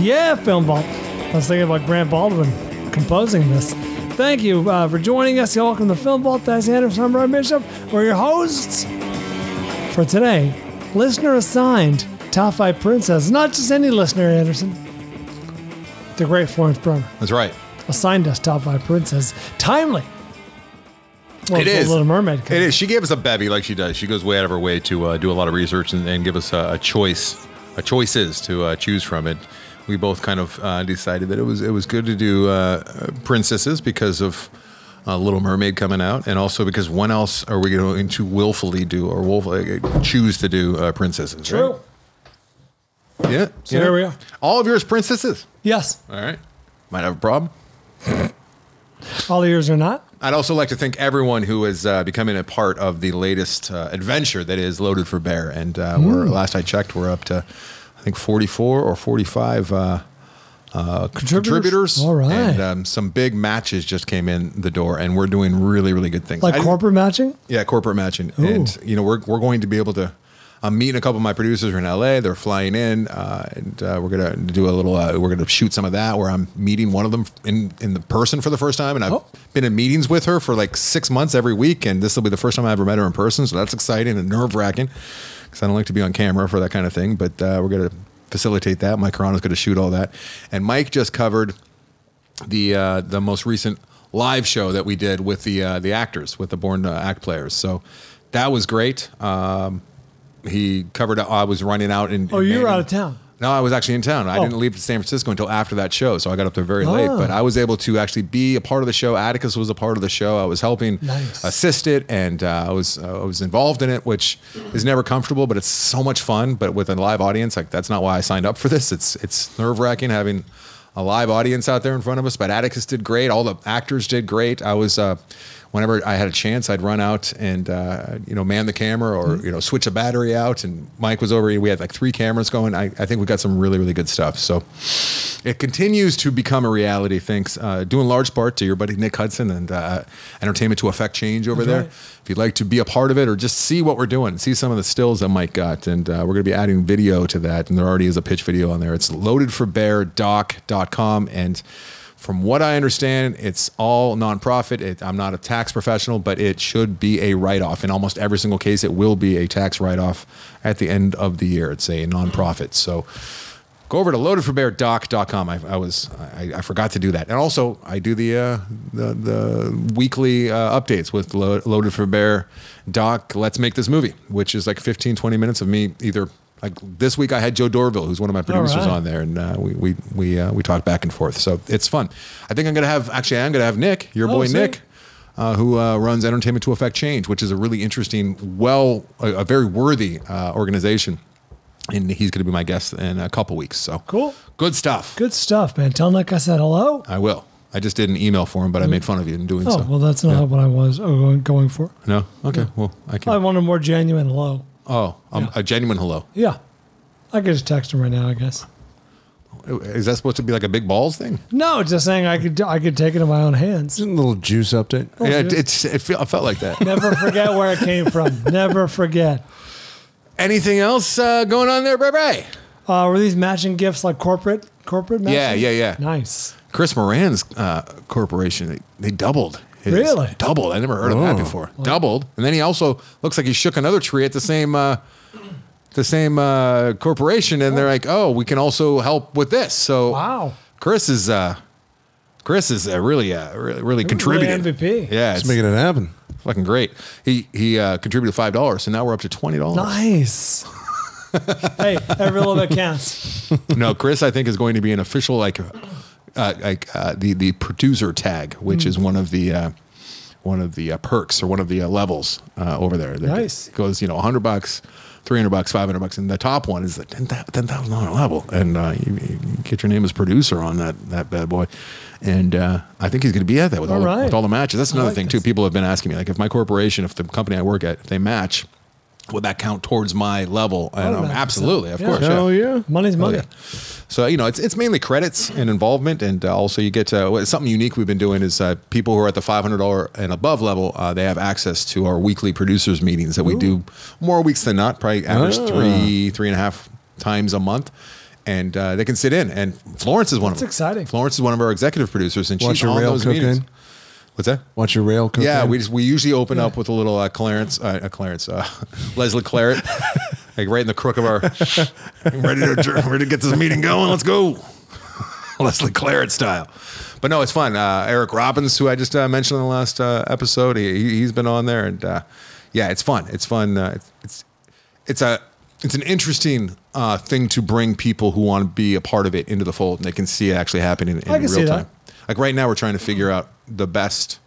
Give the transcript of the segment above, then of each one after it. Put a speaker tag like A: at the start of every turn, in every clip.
A: Yeah, Film Vault. I was thinking about Grant Baldwin composing this. Thank you uh, for joining us. You're welcome to Film Vault. That's Anderson. I'm Rob Bishop. We're your hosts for today. Listener assigned, Top 5 Princess. Not just any listener, Anderson. The great Florence Brummer
B: That's right.
A: assigned us Top 5 Princess. Timely. Well,
B: It
A: the
B: is.
A: Little Mermaid.
B: It is. She gave us a bevy like she does. She goes way out of her way to uh, do a lot of research and, and give us a, a choice, a choices to uh, choose from. It. We both kind of uh, decided that it was it was good to do uh, princesses because of uh, Little Mermaid coming out, and also because when else are we going to willfully do or willfully uh, choose to do uh, princesses?
A: True.
B: Right? Yeah.
A: So
B: yeah.
A: here we are.
B: All of yours princesses.
A: Yes.
B: All right. Might have a problem.
A: All ears are not.
B: I'd also like to thank everyone who is uh, becoming a part of the latest uh, adventure that is Loaded for Bear. And uh, we're
A: Hmm.
B: last I checked, we're up to I think 44 or 45 uh, uh,
A: Contributors?
B: contributors.
A: All right.
B: And um, some big matches just came in the door, and we're doing really, really good things.
A: Like
B: I didn't-
A: corporate matching.
B: yeah, corporate matching. And you know, we're we're going to be able to. I'm meeting a couple of my producers are in LA. They're flying in, uh, and uh, we're gonna do a little. Uh, we're gonna shoot some of that where I'm meeting one of them in in the person for the first time, and I've
A: Oh.
B: been in meetings with her for like six months every week, and this will be the first time I ever met her in person. So that's exciting and nerve wracking because I don't like to be on camera for that kind of thing. But uh, we're gonna facilitate that. Mike Carano's gonna shoot all that, and Mike just covered the uh, the most recent live show that we did with the uh, the actors with the born uh, act players. So that was great. Um, he covered. I was running out in.
A: Oh,
B: in
A: you were
B: Maine.
A: out of town.
B: No, I was actually in town. I
A: Oh.
B: didn't leave to San Francisco until after that show, so I got up there very late.
A: Ah.
B: But I was able to actually be a part of the show. Atticus was a part of the show. I was helping
A: Nice.
B: assist it, and uh, I was uh, I was involved in it, which is never comfortable, but it's so much fun. But with a live audience, like that's not why I signed up for this. It's it's nerve wracking having a live audience out there in front of us. But Atticus did great. All the actors did great. I was. Uh, Whenever I had a chance, I'd run out and uh, you know man the camera or you know switch a battery out. And Mike was over. here. We had like three cameras going. I, I think we got some really really good stuff. So it continues to become a reality, thanks, uh, due in large part to your buddy Nick Hudson and uh, Entertainment to Affect Change over there. If you'd like to be a part of it or just see what we're doing, see some of the stills that Mike got, and uh, we're going to be adding video to that. And there already is a pitch video on there. It's loadedforbeardoc.com. And from what I understand, it's all nonprofit. It, I'm not a tax professional, but it should be a write off. In almost every single case, it will be a tax write off at the end of the year. It's a nonprofit. So, go over to loadedforbeardoc.com. I, I was I, I forgot to do that, and also I do the uh, the, the weekly uh, updates with Lo- Loaded for Bear Doc. Let's make this movie, which is like 15, 20 minutes of me either. Like this week, I had Joe Dorville, who's one of my producers,
A: right.
B: on there, and uh, we we we uh, we talked back and forth. So it's fun. I think I'm gonna have actually I'm gonna have Nick, your
A: Oh,
B: boy
A: sweet.
B: Nick, uh, who uh, runs Entertainment to Affect Change, which is a really interesting, well, a, a very worthy uh, organization. And he's going to be my guest in a couple weeks. So
A: Cool.
B: Good stuff.
A: Good stuff, man. Tell Nick I said hello.
B: I will. I just did an email for him, but I made fun of you in doing
A: Oh,
B: so.
A: well, that's not what I was uh, going for.
B: no. Okay. Well, I
A: I
B: can.
A: want a more genuine hello.
B: Oh, um, a genuine hello.
A: Yeah. I could just text him right now, I guess.
B: Is that supposed to be like a big balls thing?
A: No, just saying I could I could take it in my own hands.
C: Just a little juice update.
A: Oh,
B: yeah, it, it's, it, feel, I felt like that.
A: Never forget where it came from. Never forget.
B: Anything else uh, going on there, Bray Bray?
A: Uh, were these matching gifts like corporate corporate matching?
B: Yeah, yeah, yeah.
A: Nice.
B: Chris Moran's uh, corporation, they, they doubled. his-
A: Really?
B: Doubled. I never heard of that before. Doubled. And then he also looks like he shook another tree at the same uh, the same uh, corporation and they're like, "Oh, we can also help with this." So
A: Wow.
B: Chris is uh Chris is uh, really uh really, really contributing.
A: MVP.
B: Yeah,
C: Just
B: it's
C: making it happen.
B: fucking great. He he uh, contributed five dollars, so now we're up to twenty dollars.
A: Nice. hey, every little bit counts.
B: no, Chris, I think is going to be an official like uh, like uh, the the producer tag, which
A: Mm.
B: is one of the uh, one of the uh, perks or one of the uh, levels uh, over there. There
A: Nice.
B: it goes you know hundred bucks. 300 bucks, 500 bucks. And the top one is the $10,000 level. And uh, you, you get your name as producer on that that bad boy. And uh, I think he's going to be at that with all,
A: All
B: the,
A: right.
B: with all the matches. That's another
A: like
B: thing, too.
A: this.
B: People have been asking me, like, if my corporation, if the company I work at, if they match, would that count towards my level? And
A: Oh,
B: um,
A: man.
B: absolutely, of
A: Yeah.
B: course.
C: Hell yeah.
A: Money's money.
B: Yeah. So you know, it's it's mainly credits and involvement, and uh, also you get uh, something unique we've been doing is uh, people who are at the five hundred dollar and above level, uh, they have access to our weekly producers meetings that we do more weeks than not, probably average
C: Ah.
B: three three and a half times a month. And uh, they can sit in, and Florence is one of
A: That's
B: them.
A: exciting.
B: Florence is one of our executive producers, and
C: Watch
B: she's
C: your
B: on
C: rail
B: those
C: cocaine.
B: meetings. What's that?
C: Watch your rail. Cocaine.
B: Yeah, we just, we usually open up with a little uh, Clarence, uh, uh, Clarence, uh, Leslie Claret, like right in the crook of our. ready to adjourn- ready to get this meeting going. Let's go, Leslie Claret style. But no, it's fun. Uh, Eric Robbins, who I just uh, mentioned in the last uh, episode, he he- he's been on there, and uh, yeah, it's fun. It's fun. Uh, it's, it's it's a it's an interesting uh, thing to bring people who want to be a part of it into the fold, and they can see it actually happening in, in
A: I can
B: real
A: see that.
B: time. Like right now, we're trying to figure out the best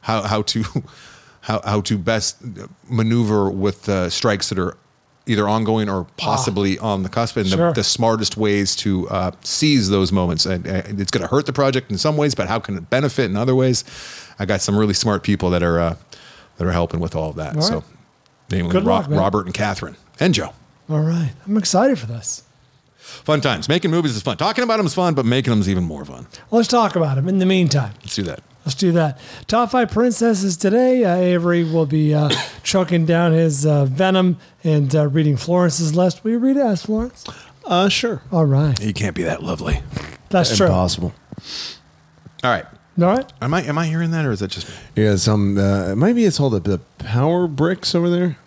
B: how how to how how to best maneuver with the strikes that are either ongoing or possibly on the cusp, and
A: Ah. Sure.
B: the, the smartest ways to uh, seize those moments. And, and it's going to hurt the project in some ways, but how can it benefit in other ways? I got some really smart people that are uh, that are helping with all of that.
A: All
B: so,
A: right.
B: namely
A: Good
B: Ro-
A: luck, man.
B: Robert and Catherine and Joe.
A: All right. I'm excited for this.
B: Fun times. Making movies is fun. Talking about them is fun, but making them is even more fun.
A: Let's talk about him in the meantime.
B: Let's do that.
A: Let's do that. Top five princesses today. Uh, Avery will be uh, choking down his uh, venom and uh, reading Florence's list. Will you read it as Florence?
C: Uh, sure.
A: All right.
B: You can't be that lovely.
A: That's true. All
C: Impossible.
B: All right.
A: right.
B: Am I am I hearing that or is that just me?
C: Yeah, some. Uh, maybe it's all the, the power bricks over there.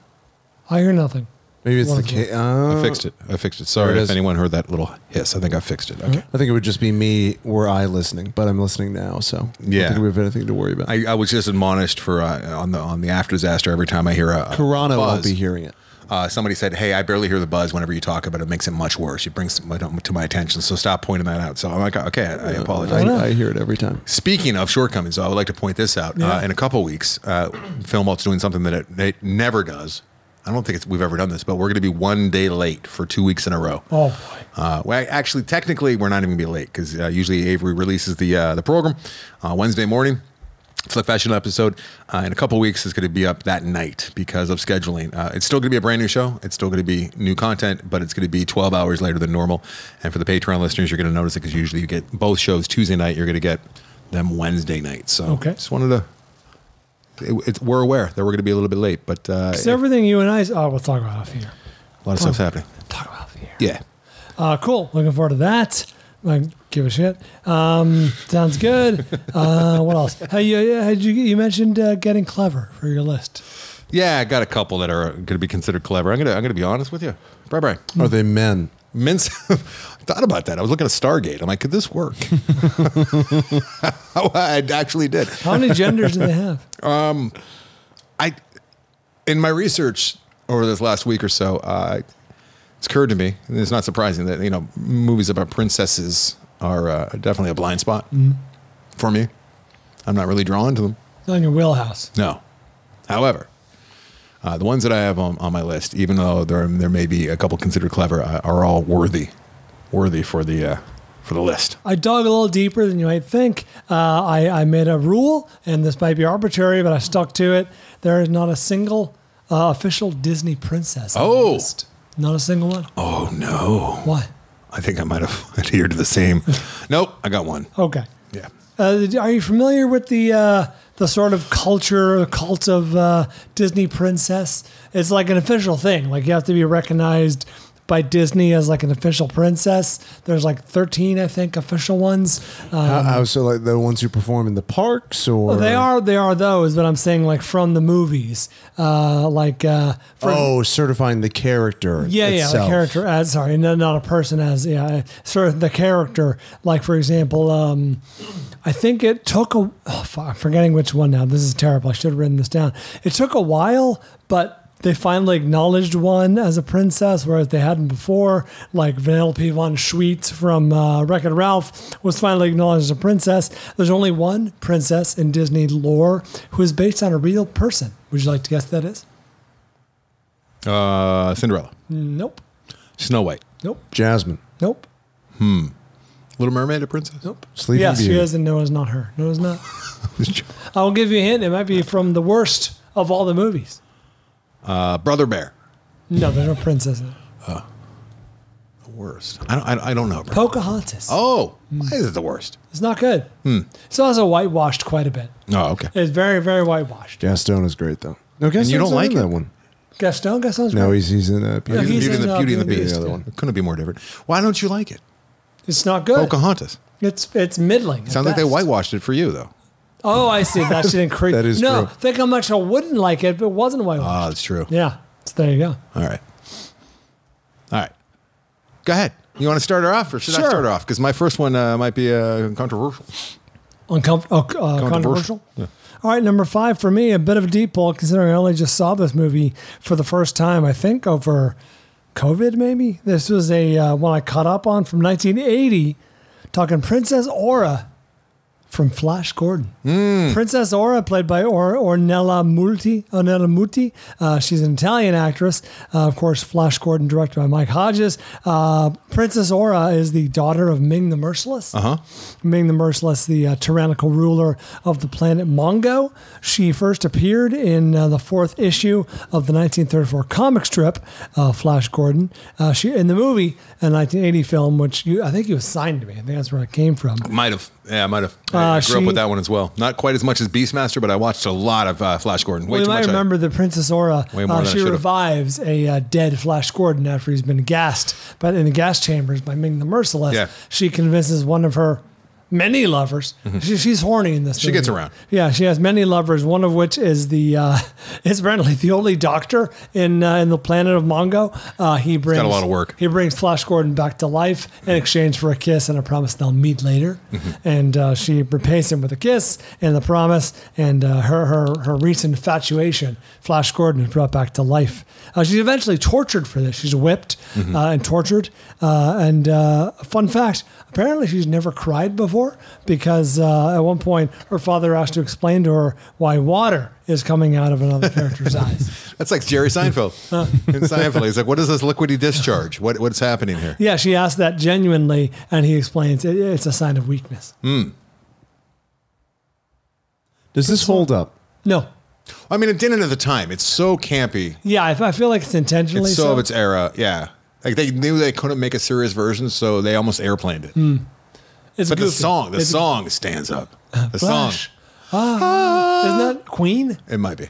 A: I hear nothing.
C: Maybe it's
A: One
C: the.
A: of them.
C: Ca- uh,
B: I fixed it. I fixed it. Sorry
C: There it
B: if
C: is.
B: anyone heard that little hiss. I think I fixed it. Okay.
C: I think it would just be me were I listening, but I'm listening now, so I
B: Yeah.
C: don't think we have anything to worry about.
B: I, I was just admonished for uh, on the on the after disaster every time I hear a, a
C: Corona won't
B: buzz.
C: be hearing it.
B: Uh, somebody said, "Hey, I barely hear the buzz whenever you talk about it. it makes it much worse. It brings my, to my attention. So stop pointing that out." So I'm like, "Okay, I, I apologize."
C: I, I hear it every time.
B: Speaking of shortcomings, though, I would like to point this out. Uh, in a couple weeks, uh, Filmult's doing something that it, it never does. I don't think it's, we've ever done this, but we're going to be one day late for two weeks in a row.
A: Oh, boy.
B: Uh, well, actually, technically, we're not even gonna be late because uh, usually Avery releases the uh, the program uh, Wednesday morning. Flick Fashion episode uh, in a couple weeks is going to be up that night because of scheduling. Uh, it's still going to be a brand new show. It's still going to be new content, but it's going to be 12 hours later than normal. And for the Patreon listeners, you're going to notice it because usually you get both shows Tuesday night. You're going to get them Wednesday night. So
A: Okay.
B: just wanted to. It, it's, we're aware that we're going to be a little bit late, but uh,
A: So everything you and I. Oh, we'll talk about it off here.
B: a lot of stuff's happening.
A: Talk about it off here.
B: Yeah.
A: Uh, cool. Looking forward to that. Like, give a shit. Um, sounds good. Uh, what else? Hey, you, yeah, had you, you mentioned uh, getting clever for your list.
B: Yeah, I got a couple that are going to be considered clever. I'm gonna I'm gonna be honest with you. Bye bye.
C: Are they men?
B: Mince. I thought about that. I was looking at Stargate. I'm like, could this work? I actually did.
A: How many genders do they have?
B: I in my research over this last week or so, uh, it's occurred to me, and it's not surprising that you know movies about princesses are uh, definitely a blind spot for me. I'm not really drawn to them.
A: On your wheelhouse.
B: No. However, uh, the ones that I have on, on my list, even though there there may be a couple considered clever, uh, are all worthy, worthy for the uh, for the list.
A: I dug a little deeper than you might think. Uh, I, I made a rule, and this might be arbitrary, but I stuck to it. There is not a single uh, official Disney princess. on the
B: Oh.
A: list. Not a single one.
B: Oh no!
A: Why?
B: I think I might have adhered to the same. nope, I got one.
A: Okay.
B: Yeah.
A: Uh, are you familiar with the uh, the sort of culture, cult of uh, Disney princess? It's like an official thing. Like you have to be recognized by Disney as like an official princess. There's like 13, I think, official ones.
C: How, how- so like the ones who perform in the parks or
A: Well, Um, Oh, they are they are those, but I'm saying like from the movies, uh, like uh, for,
C: oh certifying the character.
A: yeah, yeah,
C: itself.
A: the character. Uh, sorry, no, not a person as yeah, uh, sort of the character. Like for example, um, I think it took a. Oh, fuck, I'm forgetting which one now. This is terrible. I should have written this down. It took a while, but. They finally acknowledged one as a princess, whereas they hadn't before. Like Vanellope von Schweetz from uh, Wreck It Ralph was finally acknowledged as a princess. There's only one princess in Disney lore who is based on a real person. Would you like to guess who that is?
B: Uh, Cinderella,
A: Nope.
B: Snow White,
A: Nope.
C: Jasmine,
A: Nope.
B: Little Mermaid, a princess. Nope.
C: Sleeping
A: yes,
C: Beauty.
A: she is, and no, it's not her. No, it's not. I'll give you a hint. It might be from the worst of all the movies.
B: Uh, Brother Bear,
A: No, there's no princess. in it.
B: the worst. I don't. I, I don't know. bro.
A: Pocahontas.
B: Oh, why is it the worst?
A: It's not good.
C: Hmm.
A: It's also whitewashed quite a bit.
B: Oh, okay.
A: It's very, very whitewashed.
C: Gaston is great though. No, Gaston's
B: you don't
C: not
B: like
C: in
B: it?
C: that one.
A: Gaston, Gaston's
C: No,
A: great.
C: he's he's in uh, Beauty.
A: Yeah,
B: Beauty,
A: he's
B: Beauty
A: in,
B: and the
A: uh,
B: Beauty and the
A: Beauty
B: Beast.
A: and the
C: other one.
B: It couldn't be more different. Why don't you like it?
A: It's not good.
B: Pocahontas.
A: It's it's middling. at
B: Sounds like they
A: best.
B: whitewashed it for you though.
A: Oh, I see. That shouldn't creep.
C: That is
A: no.
C: true. Uh.
A: Think how much I wouldn't like it if it wasn't whitewashed.
B: Ah, that's true.
A: yeah. So there you go.
B: All right. All right. Go ahead. You want to start her off, or should I
A: Sure.
B: start her off? Because my first one uh, might be uh, controversial.
A: Uncom- uh, controversial.
B: Controversial.
A: All right, number five for me, a bit of a deep pull considering I only just saw this movie for the first time, I think, over COVID, maybe. This was a uh, one I caught up on from 1980, talking Princess Aura from Flash Gordon. Princess Aura, played by or- Ornella Muti. Ornella Muti. Uh, she's an Italian actress. Uh, of course, Flash Gordon, directed by Mike Hodges. Uh, Princess Aura is the daughter of Ming the Merciless. Uh huh. Ming the Merciless, the uh, tyrannical ruler of the planet Mongo. She first appeared in uh, the fourth issue of the 1934 comic strip, uh, Flash Gordon. Uh, she in the movie, a 1980 film, which you, I think you assigned to me. I think that's where it came from.
B: Might have. Yeah, I might have.
A: Uh,
B: I, I grew up
A: she-
B: with that one as well. Not quite as much as Beastmaster, but I watched a lot of uh, Flash Gordon. Way
A: well, you
B: too
A: might
B: much. I-
A: remember the Princess Aura.
B: Way more
A: uh,
B: than I
A: she
B: should've.
A: revives a uh, dead Flash Gordon after he's been gassed, but in the gas chambers by Ming the Merciless.
B: Yeah.
A: She convinces one of her many lovers. She, she's horny in this.
B: Mm-hmm. She gets
A: movie.
B: around.
A: Yeah, she has many lovers. One of which is the uh, is apparently the only doctor in uh, in the planet of Mongo. Uh, he brings
B: got a lot of work.
A: He brings Flash Gordon back to life in exchange for a kiss and a promise they'll meet later.
B: Mm-hmm.
A: And uh, she repays him with a kiss and the promise. And uh, her, her her recent infatuation, Flash Gordon, is brought back to life. Uh, she's eventually tortured for this. She's whipped
B: Mm-hmm.
A: uh, and tortured. Uh, and uh, fun fact: apparently, she's never cried before because uh, at one point her father asked to explain to her why water is coming out of another character's eyes.
B: That's like Jerry Seinfeld. In Seinfeld, he's like, "What is this liquidy discharge? What what's happening here?"
A: Yeah, she asked that genuinely, and he explains it, it's a sign of weakness.
B: Mm.
C: Does this hold up?
A: No.
B: I mean, it didn't at the time. It's so campy.
A: Yeah, I, I feel like it's intentionally
B: It's so
A: so.
B: of its era. Yeah. Like they knew they couldn't make a serious version, so they almost airplaned it.
A: It's
B: But the
A: goofy.
B: song, the
A: It's- Uh,
B: song stands up. The
A: Flash.
B: song.
A: Isn't that Queen?
B: It might be.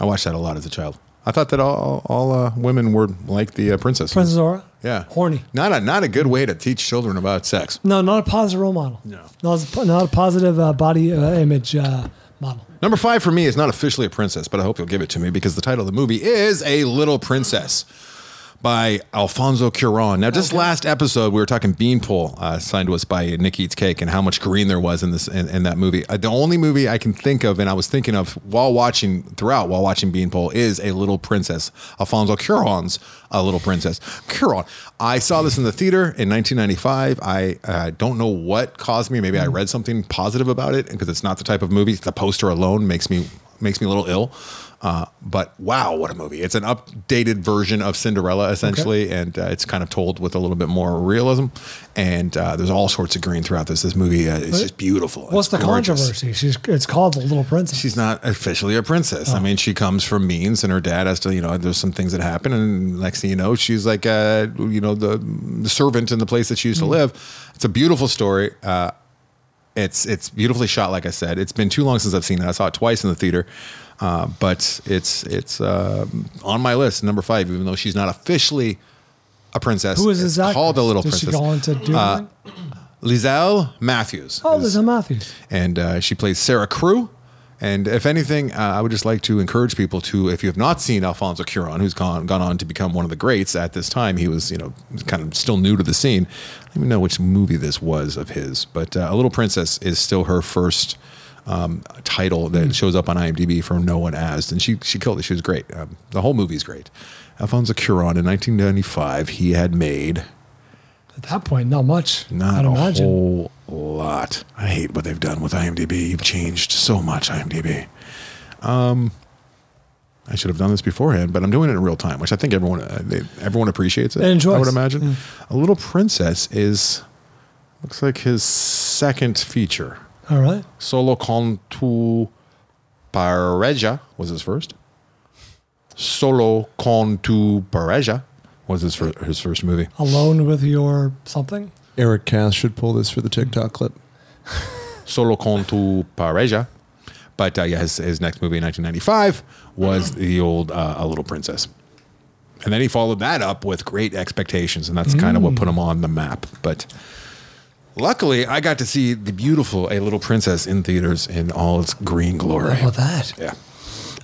B: I watched that a lot as a child. I thought that all all uh, women were like the uh, princess.
A: Princess Aura?
B: Yeah.
A: Horny.
B: Not a not a good way to teach children about sex.
A: No, not a positive role model. No. Not a, po- not a positive uh, body uh, image uh, model.
B: Number five for me is not officially a princess, but I hope you'll give it to me because the title of the movie is A Little Princess by Alfonso Cuaron. Now, just last episode, we were talking Beanpole, uh, signed to us by Nick Eats Cake, and how much green there was in this in, in that movie. Uh, the only movie I can think of, and I was thinking of while watching throughout while watching Beanpole, is A Little Princess. Alfonso Cuaron's A Little Princess. Cuaron. I saw this in the theater in 1995. I uh, don't know what caused me. Maybe I read something positive about it because it's not the type of movie. The poster alone makes me makes me a little ill. Uh, but wow, what a movie! It's an updated version of Cinderella, essentially, and uh, it's kind of told with a little bit more realism. And uh, there's all sorts of green throughout this. This movie uh, is just beautiful.
A: What's
B: It's
A: the
B: gorgeous.
A: controversy? She's, it's called The Little Princess.
B: She's not officially a princess.
A: Oh.
B: I mean, she comes from means, and her dad has to, you know, there's some things that happen, and next thing you know, she's like, uh, you know, the, the servant in the place that she
A: Mm.
B: used to live. It's a beautiful story. Uh, it's it's beautifully shot. Like I said, it's been too long since I've seen it. I saw it twice in the theater, uh, but it's it's uh, on my list, number five. Even though she's not officially a princess.
A: Who is
B: it's
A: this actress?
B: called the Little
A: Did
B: Princess.
A: She go on to do
B: Uh,
A: anything?
B: Lizelle Matthews.
A: Oh,
B: is-
A: Liza Matthews.
B: and uh, she plays Sarah Crew. And if anything, uh, I would just like to encourage people to, if you have not seen Alfonso Cuarón, who's gone gone on to become one of the greats at this time, he was, you know, kind of still new to the scene. I don't even know which movie this was of his, but uh, A Little Princess is still her first um, title that shows up on IMDb from no one as, and she she killed it. She was great. Um, the whole movie's great. Alfonso Cuarón in 1995, he had made
A: At that point, not much.
B: not
A: I'd
B: a
A: imagine.
B: whole lot. I hate what they've done with IMDb. You've changed so much, IMDb. Um, I should have done this beforehand, but I'm doing it in real time, which I think everyone uh, they, everyone appreciates it.
A: They enjoy
B: I would
A: it. Mm.
B: imagine. A Little Princess is looks like his second feature.
A: All right.
B: Solo con tu pareja was his first. Solo con tu pareja was his fir- his first movie.
A: Alone with your something.
C: Eric Cass should pull this for the TikTok clip.
B: Solo con tu pareja. But uh, yeah, his, his next movie in 1995 was
A: Mm-hmm.
B: the old uh, A Little Princess. And then he followed that up with Great Expectations, and that's kind of what put
A: Mm.
B: him on the map. But luckily, I got to see the beautiful A Little Princess in theaters in all its green glory.
A: How about that?
B: Yeah.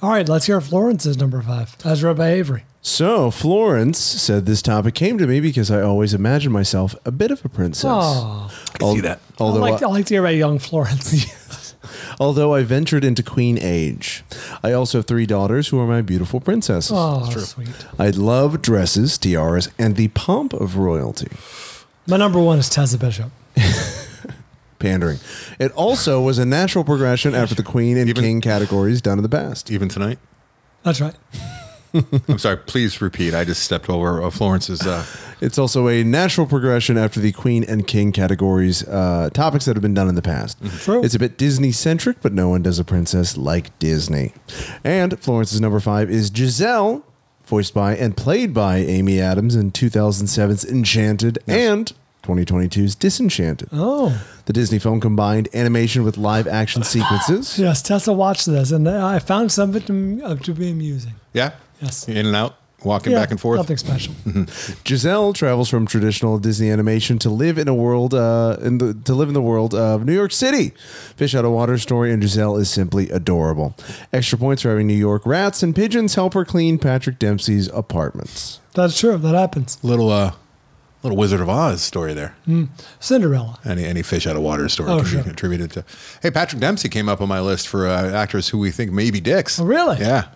A: All right, let's hear Florence's number five, as read by Avery.
C: So Florence said this topic came to me because I always imagined myself a bit of a princess.
A: Oh,
C: Al-
B: see that.
C: Although
A: I, like,
B: uh,
A: I
C: I-
A: like to hear about young Florence.
C: although I ventured into queen age, I also have three daughters who are my beautiful princesses.
A: oh, sweet.
C: I love dresses, tiaras, and the pomp of royalty.
A: My number one is Tessa Bishop.
C: Pandering. It also was a natural progression after the queen and
B: Even-
C: king categories done in the past.
B: Even tonight?
A: That's right.
B: I'm sorry, please repeat. I just stepped over uh, Florence's. Uh,
C: It's also a natural progression after the queen and king categories, uh, topics that have been done in the past.
A: True.
C: It's a bit Disney centric, but no one does a princess like Disney. And Florence's number five is Giselle, voiced by and played by Amy Adams in 2007's Enchanted and 2022's Disenchanted.
A: Oh,
C: The Disney film combined animation with live action sequences.
A: yes. Tessa watched this, and I found some of it to, uh, to be amusing.
B: yeah?
A: Yes.
B: In and out, walking
A: Yeah,
B: back and forth.
A: Nothing special.
C: Giselle travels from traditional Disney animation to live in a world uh, in the, to live in the world of New York City. Fish out of water story and Giselle is simply adorable. Extra points for having New York rats and pigeons help her clean Patrick Dempsey's apartments.
A: That's true. That happens.
B: Little, uh, little Wizard of Oz story there.
A: Cinderella.
B: any any fish out of water story
A: Oh,
B: can
A: sure.
B: be contributed to. Hey, Patrick Dempsey came up on my list for uh, actors who we think may be dicks.
A: Oh, really?
B: Yeah.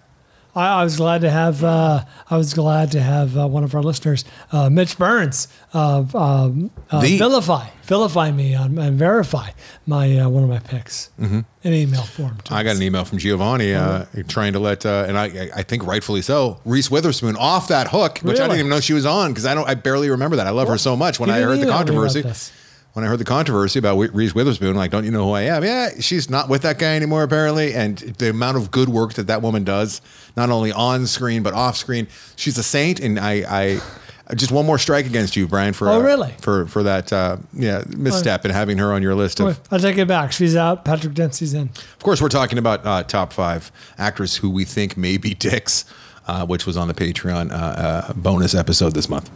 A: I, I was glad to have uh, I was glad to have uh, one of our listeners, uh, Mitch Burns, uh, um, uh,
B: The-
A: vilify vilify me on, and verify my uh, one of my picks in email form. to
B: Mm-hmm. I got
A: us.
B: an email from Giovanni uh,
A: Uh-huh.
B: trying to let, uh, and I, I- I think rightfully so, Reese Witherspoon off that hook, which I
A: Really?
B: didn't even know she was on because I don't, I barely remember that. I love her so much. When
A: You
B: I
A: didn't
B: heard the
A: email me about
B: controversy,
A: this.
B: when I heard the controversy about Wi- Reese Witherspoon, like, don't you know who I am? Yeah, she's not with that guy anymore apparently, and the amount of good work that that woman does, not only on screen but off screen, she's a saint. And I, I just one more strike against you, Brian, for
A: Oh,
B: uh,
A: really?
B: for for that uh, yeah misstep and having her on your list of
A: Wait, I take it back. She's out. Patrick Dempsey's in.
B: of course, we're talking about uh, top five actors who we think may be dicks, uh, which was on the Patreon uh, uh, bonus episode this month.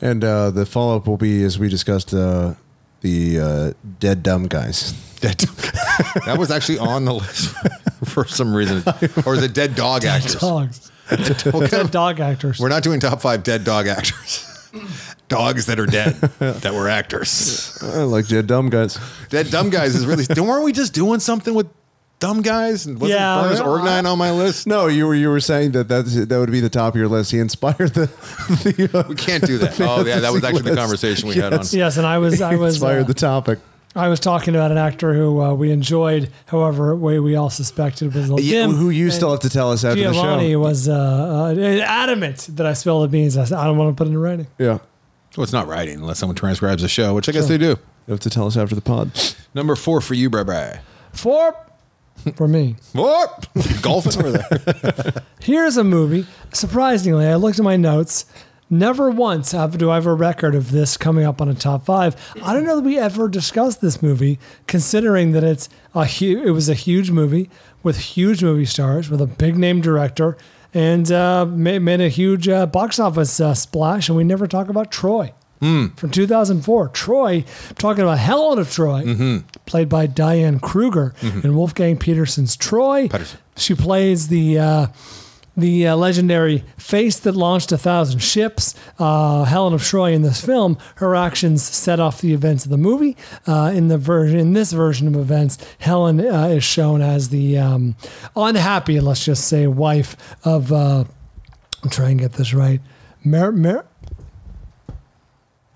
C: And uh, the follow up will be as we discussed uh, the uh, dead dumb guys.
B: Dead, that was actually on the list for some reason, or is it dead dog actors?
A: Dogs.
B: Well,
A: Dead dog actors.
B: We're not doing top five dead dog actors. Dogs that are dead that were actors.
C: I like dead dumb guys.
B: Dead dumb guys is really. Weren't we just doing something with dumb guys? And wasn't
A: Yeah,
B: Berners
A: well,
B: Orgnine on my list?
C: No, you were you were saying that that's, that would be the top of your list. He inspired the. the uh,
B: We can't do that. Oh yeah, that was actually the
C: list.
B: conversation we had on.
A: yes, and I was I
C: he
A: was
C: inspired
A: uh,
C: the topic.
A: I was talking about an actor who uh, we enjoyed, however, way we all suspected was a
C: Yeah,
A: dim.
C: who you still have to tell us after the
A: Giovanni
C: show?
A: was uh, uh, adamant that I spilled the beans. I said, I don't want to put it in writing.
C: Yeah,
B: Well, it's not writing unless someone transcribes the show, which I guess they do.
C: you have to tell us after the pod.
B: Number four for you, bye bye.
A: Four for me.
B: Four. Golfing over there.
A: Here's a movie. Surprisingly, I looked at my notes. Never once have, do I have a record of this coming up on a top five. I don't know that we ever discussed this movie, considering that it's a hu- it was a huge movie with huge movie stars, with a big name director, and uh, made, made a huge uh, box office uh, splash. And we never talk about Troy from 2004. Troy, I'm talking about Helen of Troy, played by Diane Kruger in Wolfgang Petersen's Troy.
B: Peterson.
A: She plays the. Uh, the uh, legendary face that launched a thousand ships, uh, Helen of Troy. In this film, her actions set off the events of the movie. Uh, in the version, in this version of events, Helen uh, is shown as the um, unhappy, let's just say, wife of. Uh, I'm trying to get this right. Mer- Mer-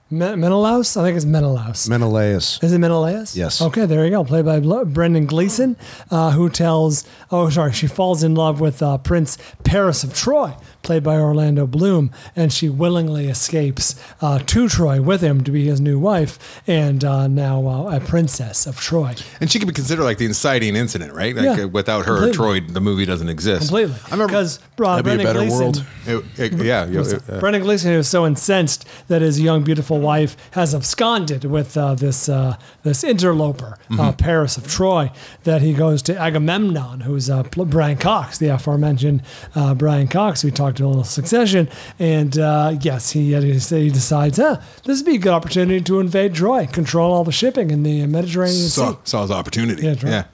A: Men- Menelaus? I think it's Menelaus.
C: Menelaus.
A: Is it Menelaus?
C: Yes.
A: Okay, there you go. Played by Bl- Brendan Gleeson, uh, who tells, oh, sorry, she falls in love with uh, Prince Paris of Troy, played by Orlando Bloom, and she willingly escapes uh, to Troy with him to be his new wife and uh, now uh, a princess of Troy.
B: And she could be considered like the inciting incident, right? Like
A: Yeah.
B: uh, without her,
A: Completely.
B: Troy, the movie doesn't exist.
A: Completely.
B: I remember.
A: Because uh,
C: That'd be a
A: Brendan
C: better
A: Gleeson,
C: world.
B: It- it- yeah. you-
A: Was-
B: uh,
A: Brendan Gleeson was so incensed that his young, beautiful wife has absconded with uh, this uh, this interloper, uh,
C: Mm-hmm.
A: Paris of Troy, that he goes to Agamemnon, who's uh, Pl- Brian Cox, the aforementioned uh, Brian Cox. We talked a little Succession, and uh, yes, he he decides, huh, this would be a good opportunity to invade Troy, control all the shipping in the Mediterranean Sea.
B: saw, saw his opportunity.
A: Yeah, that's right. Mm-hmm.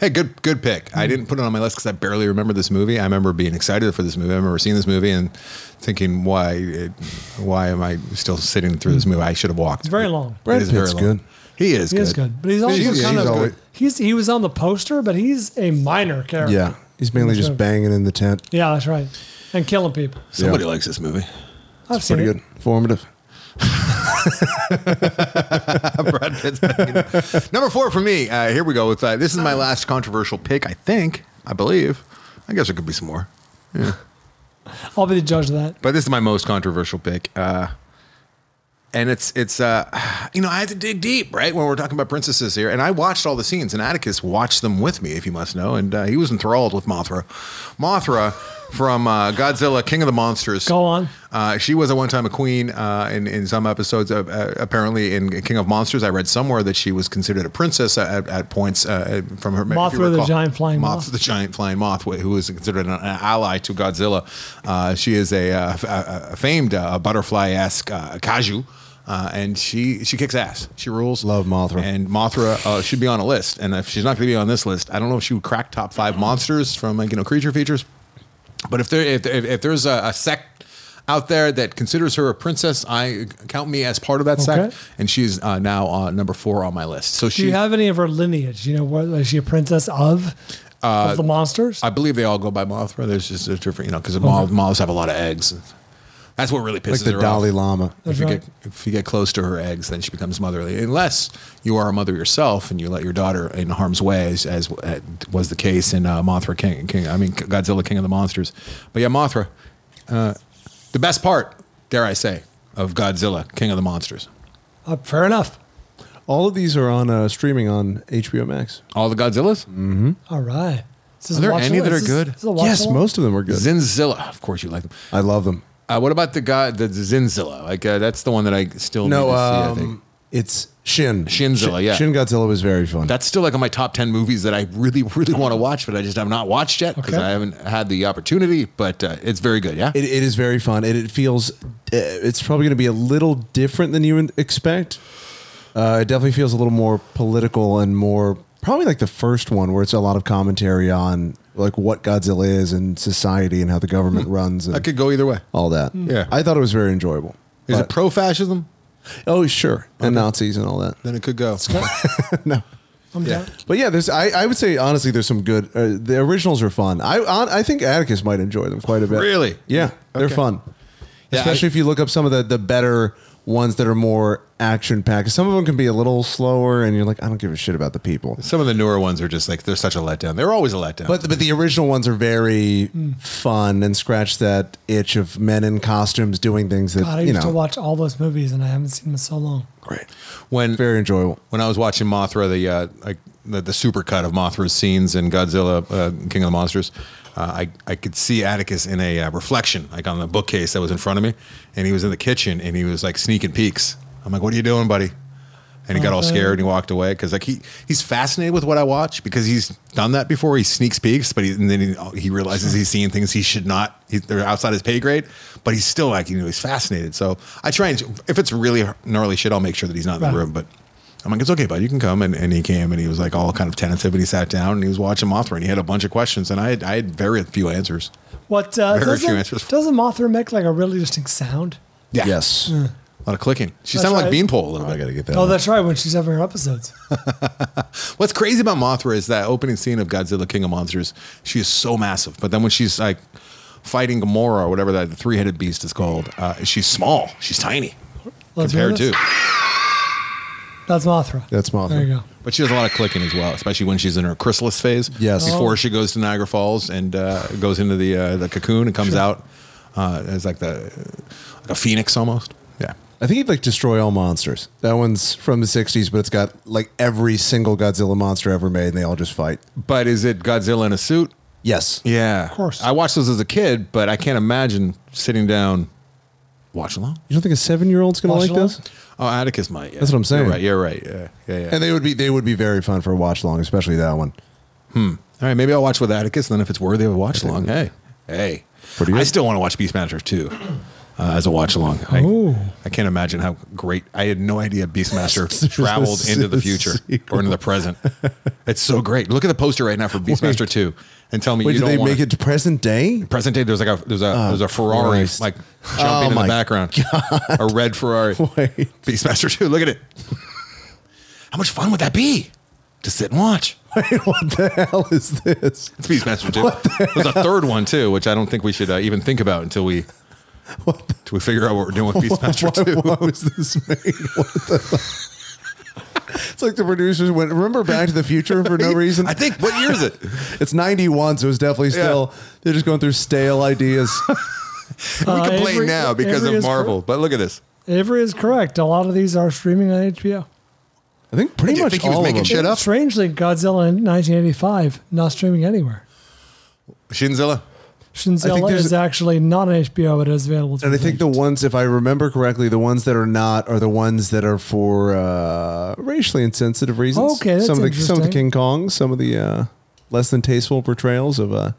B: Hey, good good pick. I didn't put it on my list because I barely remember this movie. I remember being excited for this movie. I remember seeing this movie and thinking, why it, why am I still sitting througrough this movie? I should have walked. It's
A: Mm-hmm. very long.
C: Brad Pitt's good.
B: He is
A: He
B: good.
A: is good, but he's also
C: He's-
A: kind
C: he's
A: of
C: always-
A: he's he was on the poster, but he's a minor character.
C: Yeah. He's mainly just banging in the tent.
A: Yeah, that's right. And killing people.
B: Somebody
C: Yeah.
B: likes this movie.
A: I've seen
C: Pretty
A: it.
C: good. Formative.
B: Brad Pitt's bad. Number four for me. Uh, here we go. With uh, this is my last controversial pick. I think. I believe. I guess there could be some more,
A: I'll be the judge of that.
B: but this is my most controversial pick. Uh, and it's it's uh, you know I had to dig deep right when we're talking about princesses here, and I watched all the scenes, and Atticus watched them with me, if you must know, and uh, he was enthralled with Mothra, Mothra from uh, Godzilla, King of the Monsters.
A: Go on.
B: Uh, she was at one time a queen uh, in in some episodes. Of, uh, apparently, in King of Monsters, I read somewhere that she was considered a princess at, at points uh, from her. if you
A: Mothra the
B: recall.
A: giant flying moth.
B: Mothra the giant flying moth, wh- who is considered an, an ally to Godzilla. Uh, she is a, uh, f- a- a famed uh, butterfly esque uh, kaiju. Uh, and she she kicks ass. She rules.
C: Love Mothra.
B: And Mothra uh, should be on a list. And if she's not going to be on this list, I don't know if she would crack top five monsters from like you know creature features. But if there if, if, if there's a, a sect out there that considers her a princess, I count me as part of that
A: Okay.
B: sect. And she's uh, now uh, number four on my list. So
A: Do
B: she
A: you have any of her lineage? You know, what, is she a princess of, of the monsters?
B: Uh, I believe they all go by Mothra. There's just a different, you know, because moths, moths have a lot of eggs. That's what really pisses
C: Like the
B: her
C: Dalai
B: off.
C: Lama.
B: If you,
A: That's
B: get, if you get close to her eggs, then she becomes motherly. Unless you are a mother yourself and you let your daughter in harm's way, as, as uh, was the case in uh, Mothra King, King. I mean, Godzilla King of the Monsters. But yeah, Mothra, uh, the best part, dare I say, of Godzilla King of the Monsters.
A: Uh, fair enough.
C: All of these are on uh, streaming on HBO Max.
B: All the Godzillas?
C: Mm-hmm.
A: All right. This is
B: Are there
A: watchable?
B: any that
A: Is
B: are
A: this-
B: good?
A: is it
C: Yes,
A: watchable?
C: most of them are good.
B: Zinzilla. Of course you like them.
C: I love them.
B: Uh, what about the guy, the Zinzilla? Like, uh, that's the one that I still
C: No,
B: need to see, I think.
C: um, it's Shin.
B: Shinzilla, yeah.
C: Shin Godzilla was very fun.
B: That's still like on my top 10 movies that I really, really want to watch, but I just have not watched yet because
A: Okay.
B: I haven't had the opportunity, but uh, it's very good. Yeah.
C: It, it is very fun. It, it feels, uh, it's probably going to be a little different than you would expect. Uh, it definitely feels a little more political and more, probably like the first one, where it's a lot of commentary on like what Godzilla is and society and how the government runs and
B: Hmm. I could Hmm. go either way.
C: all that.
B: Yeah.
C: I thought it was very enjoyable.
B: Is it
C: But-
B: pro fascism?
C: oh, sure. And Nazis and all that.
B: Then it could go.
C: no.
A: I'm
B: Yeah.
A: down.
C: But yeah, there's. I, I would say honestly, there's some good. Uh, the originals are fun. I on, I think Atticus might enjoy them quite a bit.
B: Really?
C: Yeah, they're
B: Okay.
C: fun.
B: Yeah,
C: Especially
B: I-
C: if you look up some of the the better ones that are more action packed. Some of them can be a little slower, and you're like, I don't give a shit about the people.
B: Some of the newer ones are just like, they're such a letdown. They're always a letdown.
C: But but the original ones are very
A: Hmm.
C: fun and scratch that itch of men in costumes doing things that
A: God, I
C: you
A: used
C: know.
A: to watch all those movies and I haven't seen them in so long.
C: Great,
B: when,
C: very enjoyable.
B: when I was watching Mothra, the uh, like the, the supercut of Mothra's scenes in Godzilla, uh, King of the Monsters, uh, I I could see Atticus in a uh, reflection, like on the bookcase that was in front of me, and he was in the kitchen and he was like sneaking peeks. I'm like, "What are you doing, buddy?" and he got all
A: Okay.
B: scared and he walked away because like he he's fascinated with what I watch because he's done that before. He sneaks peeks, but he, and then he, he realizes he's seeing things he should not. He, they're outside his pay grade, but he's still like you know he's fascinated. So I try and if it's really gnarly shit, I'll make sure that he's not in the
A: Right.
B: room. But I'm like, it's okay, bud. You can come. And, and he came and he was like all kind of tentative and he sat down and he was watching Mothra and he had a bunch of questions and I had, I had very few answers.
A: What uh,
B: Very few answers.
A: doesn't, doesn't Mothra make like a really distinct sound?
B: Yeah.
C: Yes.
B: A lot of clicking. She
A: That's
B: sounded
A: right.
B: like Beanpole a little
C: I
B: bit.
C: got to get that.
A: Oh,
C: one.
A: that's right. When she's having her episodes,
B: What's crazy about Mothra is that opening scene of Godzilla King of Monsters, she is so massive. But then when she's like fighting Gamora or whatever that three headed beast is called, uh, she's small. She's tiny
A: Let's hear
B: compared
A: this.
B: to.
A: that's Mothra.
C: That's Mothra.
A: There you go.
B: But she does a lot of clicking as well, especially when she's in her chrysalis phase.
C: Yes.
B: Before she goes to Niagara Falls and uh, goes into the uh, the cocoon and comes out uh, as like the like a phoenix almost. Yeah.
C: I think he'd like destroy all monsters. That one's from the '60s, but it's got like every single Godzilla monster ever made, and they all just fight.
B: But is it Godzilla in a suit?
C: Yes.
B: Yeah. Of
A: course.
B: I watched those as a kid, but I can't imagine sitting down watch along.
C: You don't think a seven-year-old's gonna
A: Watch
C: like
A: along?
C: this?
B: Oh, Atticus might. Yeah.
C: That's what I'm saying.
B: You're right. You're right. Yeah. Yeah. yeah.
C: And they would be they would be very fun for a watch long, especially that one.
B: All right. Maybe I'll watch with Atticus, and then if it's worthy of a watch along, hey, hey.
C: Pretty
B: I
C: good.
B: still want to watch Beastmaster 2 uh, as a watch along. I, I can't imagine how great. I had no idea Beastmaster traveled into the future or into the present. It's so great. Look at the poster right now for Beastmaster 2 and tell me
C: Wait,
B: you
C: did
B: don't
C: they
B: want
C: make it to present day?
B: present day there's like a there's a there's a Ferrari
C: Christ.
B: like jumping
C: Oh
B: in the
C: my
B: background. A red Ferrari.
C: Wait.
B: Beastmaster 2, look at it. How much fun would that be? To sit and watch.
C: what the hell is this?
B: It's Beastmaster 2. There's a third one too, which I don't think we should uh, even think about until we until we figure out what we're doing with Beastmaster 2.
C: Why was this made? What the- it's like the producers went. Remember Back to the Future for no reason.
B: I think what year is it?
C: it's '91, so it's definitely still. They're just going through stale ideas.
A: Uh,
B: we complain
A: Avery-
B: now because
A: Avery
B: of
A: is cor-
B: Marvel, but look at this.
A: Avery is correct. A lot of these are streaming on HBO.
C: I think pretty
B: I didn't
C: much
B: think he was
C: all of
B: making
C: them.
B: shit up.
A: Strangely, Godzilla in 1985 not streaming anywhere.
B: Shinzilla.
C: I think
A: Shinzilla
C: there's-
A: is actually not on HBO, but it is available. To
C: And I think the ones, if I remember correctly, the ones that are not are the ones that are for uh, racially insensitive reasons.
A: Okay, that's
C: some of the some of the
A: interesting.
C: King Kong, some of the uh, less than tasteful portrayals of uh,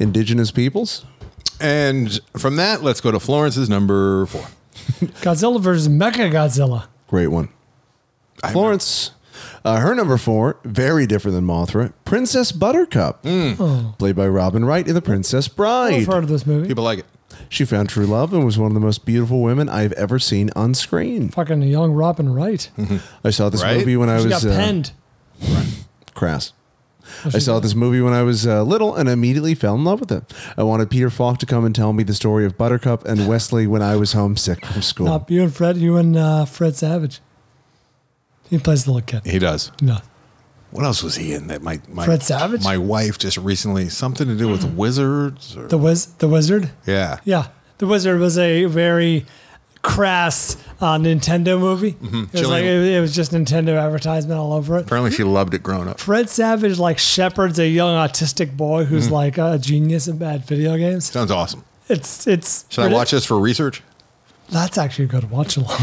C: indigenous peoples.
B: And from that, let's go to Florence's number four.
A: Godzilla versus Mecha Godzilla.
C: Great one, Florence. Uh, her number four, very different than Mothra, Princess Buttercup, played by Robin Wright in The Princess
A: Oh. I've
C: Bride.
A: heard of this movie.
B: People like it.
C: She found true love and was one of the most beautiful women I've ever seen on screen.
A: Fucking young Robin Wright.
C: I saw this
B: Right?
C: movie when I
A: She
C: was
A: got
C: uh,
A: penned.
C: crass. I saw this movie when I was uh, little and immediately fell in love with it. I wanted Peter Falk to come and tell me the story of Buttercup and Wesley when I was homesick from school.
A: Not you and Fred. You and uh, Fred Savage. He plays the little kid.
B: He does.
A: No.
B: What else was he in that my, my
A: Fred Savage?
B: My wife just recently something to do with wizards or
A: The Wiz the Wizard?
B: yeah.
A: Yeah. The Wizard was a very crass uh, Nintendo movie.
C: Mm-hmm.
A: It was
B: Jillian-
A: like it, it was just Nintendo advertisement all over it.
B: Apparently she loved it growing up.
A: Fred Savage like shepherds a young autistic boy
C: Mm-hmm.
A: who's like a genius in bad video games.
B: Sounds awesome.
A: It's it's
B: Should I watch this for research?
A: That's actually a good watch along.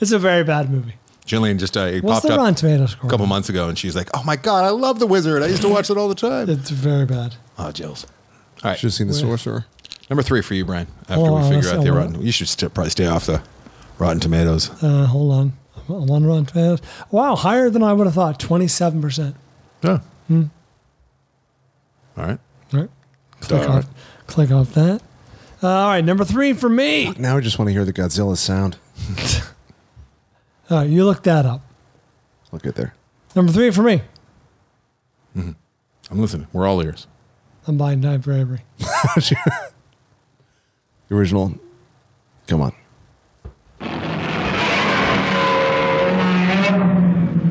A: It's a very bad movie.
B: Jillian just uh, it
A: What's
B: popped
A: the
B: up
A: Rotten Tomato score?
B: a couple months ago, and she's like, "Oh my god, I love the wizard. I used to watch it all the time."
A: It's very bad.
B: Ah, Jills. All right,
C: Should have seen the sorcerer.
B: number three for you, Brian. After
A: Hold
B: we
A: on,
B: figure
A: let's-
B: out the
A: hold on.
B: rotten, you should still probably stay off the Rotten Tomatoes.
A: Uh, hold on. I'm on Rotten Tomatoes. Wow, higher than I would have thought. Twenty-seven percent.
B: Yeah. Hmm. All right.
A: All right. Click
B: All right.
A: off. Click off that. Uh, all right, number three for me.
C: Now I just want to hear the Godzilla sound.
A: All right, you look that up.
C: Look at there.
A: Number three for me.
B: I'm listening. We're all ears.
A: I'm buying Night for Avery.
C: The original. Come on.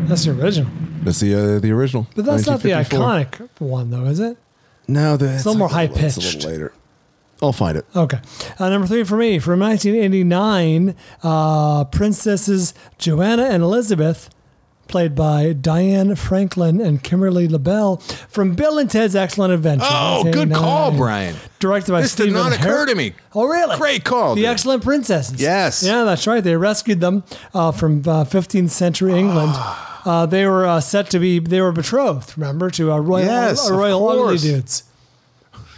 A: That's the original,
C: That's the uh, the original.
A: but that's not the
C: 1954.
A: iconic one, though, is it?
C: No, the, it's
A: little more
C: like- it's A
A: high-pitched.
C: little later. I'll find it.
A: Okay. Uh, number three for me from 1989, uh, Princesses Joanna and Elizabeth played by Diane Franklin and Kimberly LaBelle from Bill and Ted's Excellent Adventure.
B: Oh, good call,
A: 1989.
B: Brian.
A: Directed by
B: This did
A: Stephen
B: not occur
A: Herr-
B: to me.
A: Oh, really?
B: Great call,
A: The
B: dude.
A: Excellent Princesses.
B: Yes.
A: Yeah, that's right. They rescued them uh, from uh, 15th century England.
B: Ah.
A: Uh, they were uh, set to be. They were betrothed. Remember to uh, royal,
B: Yes,
A: uh,
B: of
A: royal ugly
B: course.
A: dudes.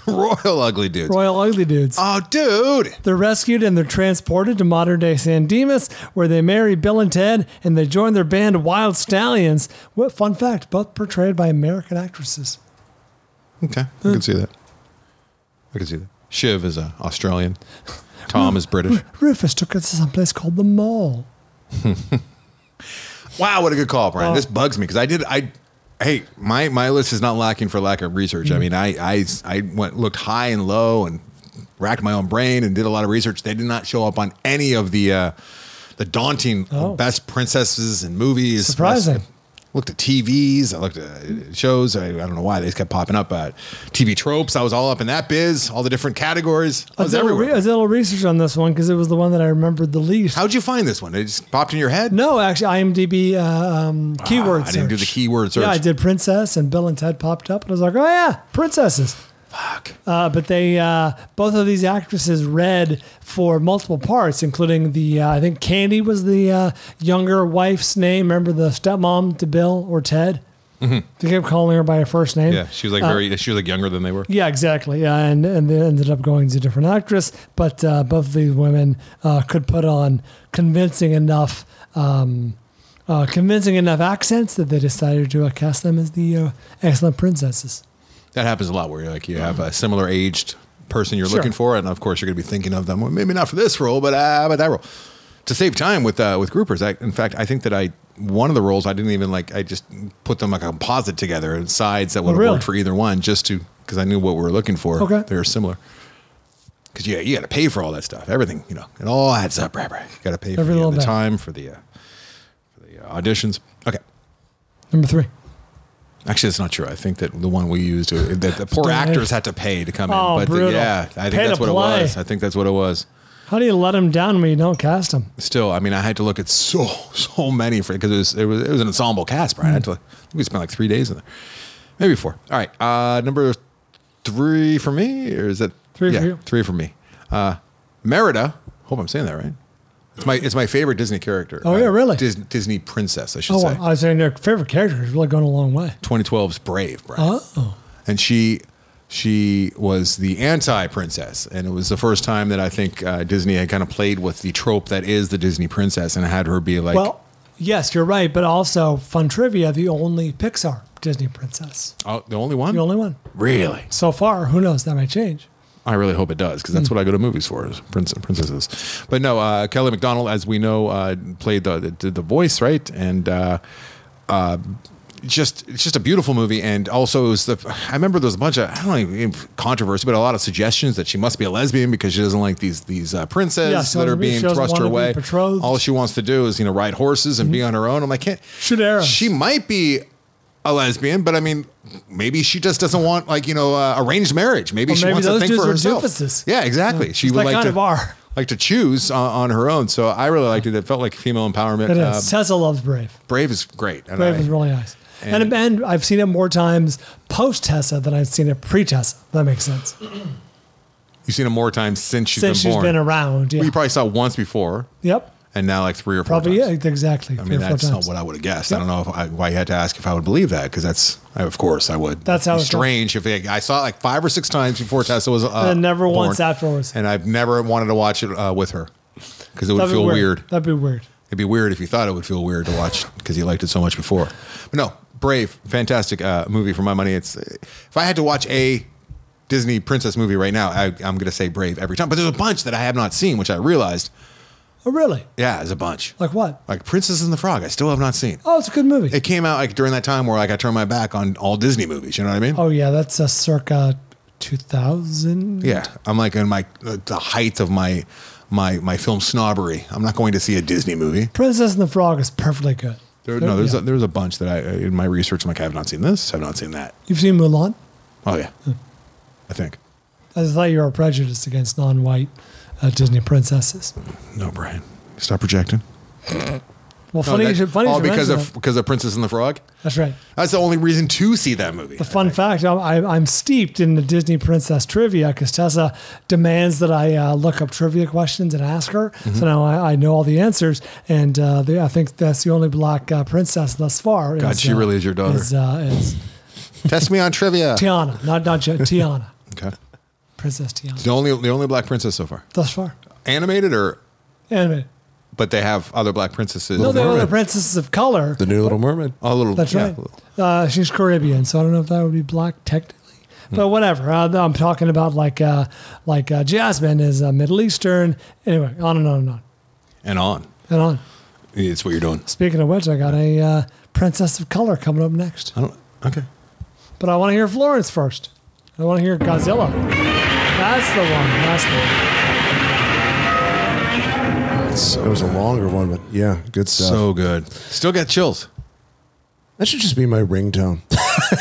B: Royal ugly dudes.
A: Royal ugly dudes.
B: Oh, dude.
A: They're rescued and they're transported to modern day San Dimas, where they marry Bill and Ted and they join their band Wild Stallions. What fun fact? Both portrayed by American actresses.
B: Okay, I can see that. Hmm. I can see that. Shiv is uh, Australian. Tom is British.
A: Rufus took us to some place called the Mall.
B: Wow, what a good call, Brian. this bugs me because I did. I hey, my my list is not lacking for lack of research.
A: Mm-hmm.
B: I mean, I I I went looked high and low and racked my own brain and did a lot of research. They did not show up on any of the uh, the daunting
A: Oh.
B: best princesses and movies.
A: Surprising.
B: looked at TVs. I looked at shows. I, I don't know why they just kept popping up. Uh, TV tropes. I was all up in that biz. All the different categories.
A: I
B: I was
A: did, a little re-
B: Oh, everywhere.
A: I did a little research on this one because it was the one that I remembered the least.
B: How'd you find this one? It just popped in your head.
A: no, actually, IMDb uh, um, keyword
B: I didn't do the
A: search.
B: keyword search.
A: Yeah, I did princess and Bill and Ted popped up, and I was like, oh yeah, princesses.
B: Fuck.
A: Uh, but they uh, both of these actresses read for multiple parts, including the uh, I think Candy was the uh, younger wife's name. Remember the stepmom to Bill or Ted? Mm-hmm. They kept calling her by her first name.
B: Yeah, she was
A: Uh,
B: like very. She was like younger than they were.
A: Yeah, exactly. Yeah, and and they ended up going to a different actress, but uh, both of these women uh, could put on convincing enough, um, uh, convincing enough accents that they decided to uh, cast them as the uh, excellent princesses.
B: That happens a lot where you're like you have a similar aged person you're
A: Mm-hmm. Sure.
B: looking for, and of course you're going to be thinking of them. Well, maybe not for this role, but uh, but that role. To save time with uh, with groupers, I, in fact, I think that I one of the roles I didn't even like. I just put them like a composite together and sides that would have
A: Oh, really?
B: worked for either one, just to because I knew what we were looking for.
A: Okay.
B: they were similar. Because yeah, you got to pay for all that stuff. Everything you know, it all adds up. Right, right. You got to pay for
A: Every
B: the,
A: little
B: the
A: bit.
B: time for the uh, for the uh, auditions. Okay.
A: Number three.
B: Actually, it's not true. I think that the one we used, uh, that the poor
A: Don't
B: actors
A: hate.
B: had to pay to come in.
A: Oh,
B: but the-
A: brutal.
B: yeah, I think
A: Pay to
B: that's what it
A: play.
B: was. I think that's what it was.
A: How do you let them down when you don't cast them?
B: Still, I mean, I had to look at so so many for because it was, it was it was an ensemble cast, Brian. I had to. I think we spent like three days in there, maybe four. All right, uh, number three for me, or is that
A: Three for
B: yeah,
A: you.
B: Three for me. Uh, Merida. Hope I'm saying that right. It's my it's my favorite Disney character. Uh,
A: Oh, yeah, really?
B: Dis- Disney princess, I should
A: Oh,
B: say.
A: I was saying their favorite character is really going a long way.
B: 2012's Brave, Brian.
A: Oh,
B: and she she was the anti princess, and it was the first time that I think uh, Disney had kind of played with the trope that is the Disney princess, and had her be like,
A: well, yes, you're right. But also, fun trivia: the only Pixar Disney princess,
B: oh, the only one,
A: the only one
B: really.
A: so far. Who knows? That might change.
B: I really hope it does because
A: Hmm.
B: that's what I go to movies for is prince, princesses. But no, uh, Kelly McDonald, as we know, uh, played the, the did the voice right, and uh, uh, just it's just a beautiful movie. And also, it was the I remember there was a bunch of I don't know if controversy, but a lot of suggestions that she must be a lesbian because she doesn't like these these uh, princes
A: Yeah, so
B: that are
A: she
B: being
A: doesn't
B: thrust her
A: wanna be
B: way.
A: betrothed. Mm-hmm.
B: All she wants to do is you know ride horses and be on her own. I'm like, can't
A: Shoot arrows.
B: She might be. A lesbian, but I mean, maybe she just doesn't want like you know uh, arranged marriage. Maybe
A: Well,
B: she
A: maybe
B: wants
A: those
B: a thing
A: dudes
B: for
A: are
B: herself.
A: doofuses.
B: Yeah, exactly. she
A: It's
B: would
A: that
B: like
A: kind
B: to
A: of are.
B: like to choose on, on her own. So I really liked it. It felt like female empowerment.
A: It is.
B: Uh,
A: Tessa loves Brave.
B: Brave is great. And
A: Brave
B: I-
A: is really nice. And,
B: and-
A: and I've seen it more times post Tessa than I've seen it pre Tessa. That makes sense.
B: you've seen her more times since she's
A: Since
B: been
A: she's
B: born.
A: been around. Yeah.
B: You probably saw it once before,
A: yep.
B: and now like three or four.
A: Probably
B: times.
A: yeah, exactly.
B: I
A: three
B: mean,
A: or four
B: that's not
A: times.
B: what I would have guessed. I don't know if I, why you had to ask if I would believe that because that's, I, of course, I would.
A: That's how
B: It'd be
A: it's
B: strange. If it, I saw it like five or six times before Tessa was, uh,
A: And never
B: born,
A: once afterwards.
B: and I've never wanted to watch it uh, with her because it would
A: That'd be
B: feel weird.
A: That'd be weird.
B: It'd be weird if you thought it would feel weird to watch because you liked it so much before. But no, Brave, fantastic uh, movie for my money. It's if I had to watch a Disney princess movie right now, I, I'm going to say Brave every time. But there's a bunch that I have not seen, which I realized.
A: Oh, really?
B: Yeah, there's a bunch.
A: Like what?
B: Like Princess and the Frog, I still have not seen.
A: Oh, it's a good movie.
B: It came out like during that time where like I turned my back on all Disney movies. You know what I mean?
A: oh, yeah. That's a circa 2000.
B: Yeah, I'm like in my the height of my my my film snobbery. I'm not going to see a Disney movie.
A: Princess and the Frog is perfectly good.
B: There, no, there's
A: yeah.
B: a, there's a bunch that I in my research I'm like I've not seen this, I've not seen that.
A: You've seen Mulan?
B: Oh yeah, I think.
A: I thought you were prejudiced against non white uh, Disney princesses.
B: No, Brian, stop projecting.
A: Well, funny
B: that-
A: you should- funny you
B: all
A: should
B: because
A: mention
B: of because of Princess and the Frog.
A: That's right.
B: That's the only reason to see that movie.
A: The fun fact: I, I, I'm steeped in the Disney princess trivia because Tessa demands that I uh, look up trivia questions and ask her.
B: Mm-hmm.
A: So now I, I know all the answers, and uh, the, I think that's the only black uh, princess thus far.
B: God, she
A: uh,
B: really is your daughter.
A: Is, uh, is
B: Test me on trivia.
A: Tiana, not not Jo- Tiana,
B: Okay.
A: Princess Tiana.
B: The only the only black princess so far.
A: Thus far,
B: Animated or
A: anyway.
B: but they have other black princesses.
A: No,
C: Little
A: they were the
C: Mermaid.
A: princesses of color.
C: The new Little Mermaid.
B: a little
A: That's
B: yeah,
A: right. Uh, she's Caribbean, so I don't know if that would be black technically,
C: Hmm.
A: but whatever. Uh, I'm talking about like uh, like uh, Jasmine is uh, Middle Eastern. Anyway, on and on and on
B: And on.
A: and on.
B: It's what you're doing.
A: Speaking of which, I got a uh, Princess of Color coming up next,
B: I don't okay.
A: but I want to hear Florence first. I want to hear Godzilla. That's the one. That's the one.
B: So
C: It was a longer one, but yeah, good stuff.
B: so good. Still got chills.
C: that should just be my ringtone.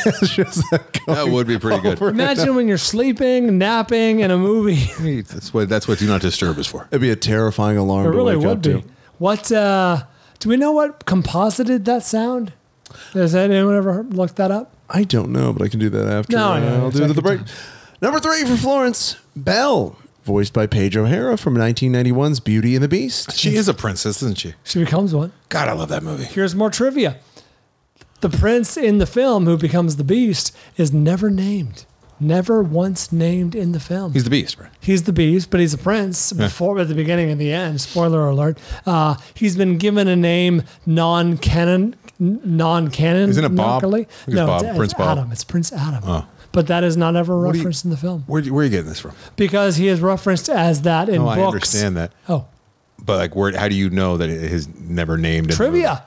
C: It's just that going-
B: That would be pretty good.
A: Imagine when you're sleeping, napping, in a movie.
B: Hey, that's what that's what Do Not Disturb is for.
C: It'd be a terrifying alarm.
A: It
C: to
A: really
C: wake
A: would
C: up
A: be.
C: to.
A: What uh, do we know? What composited that sound? Has anyone ever looked that up?
C: I don't know, but I can do that after.
A: No,
C: uh,
A: no,
C: I'll do it at the
A: take your
C: break. Number three for Florence Bell, voiced by Paige O'Hara from 1991's Beauty and the Beast.
B: She is a princess, isn't she?
A: She becomes one.
B: God, I love that movie.
A: Here's more trivia. The prince in the film who becomes the beast is never named. Never once named in the film.
B: He's the beast, right?
A: He's the beast, but he's a prince before at the beginning and the end. Spoiler alert. Uh, he's been given a name non canon non canon.
B: Isn't it Bob? I think it's
A: No,
B: Bob,
A: It's,
B: Prince
A: it's
B: Bob. Oh.
A: Adam. It's Prince Adam. But that is not ever
B: do you-
A: referenced in the film.
B: Where, where are you getting this from?
A: Because he is referenced as that in
B: No,
A: books.
B: I understand that.
A: Oh.
B: But like, where? How do you know that it is never named? in the
A: Trivia.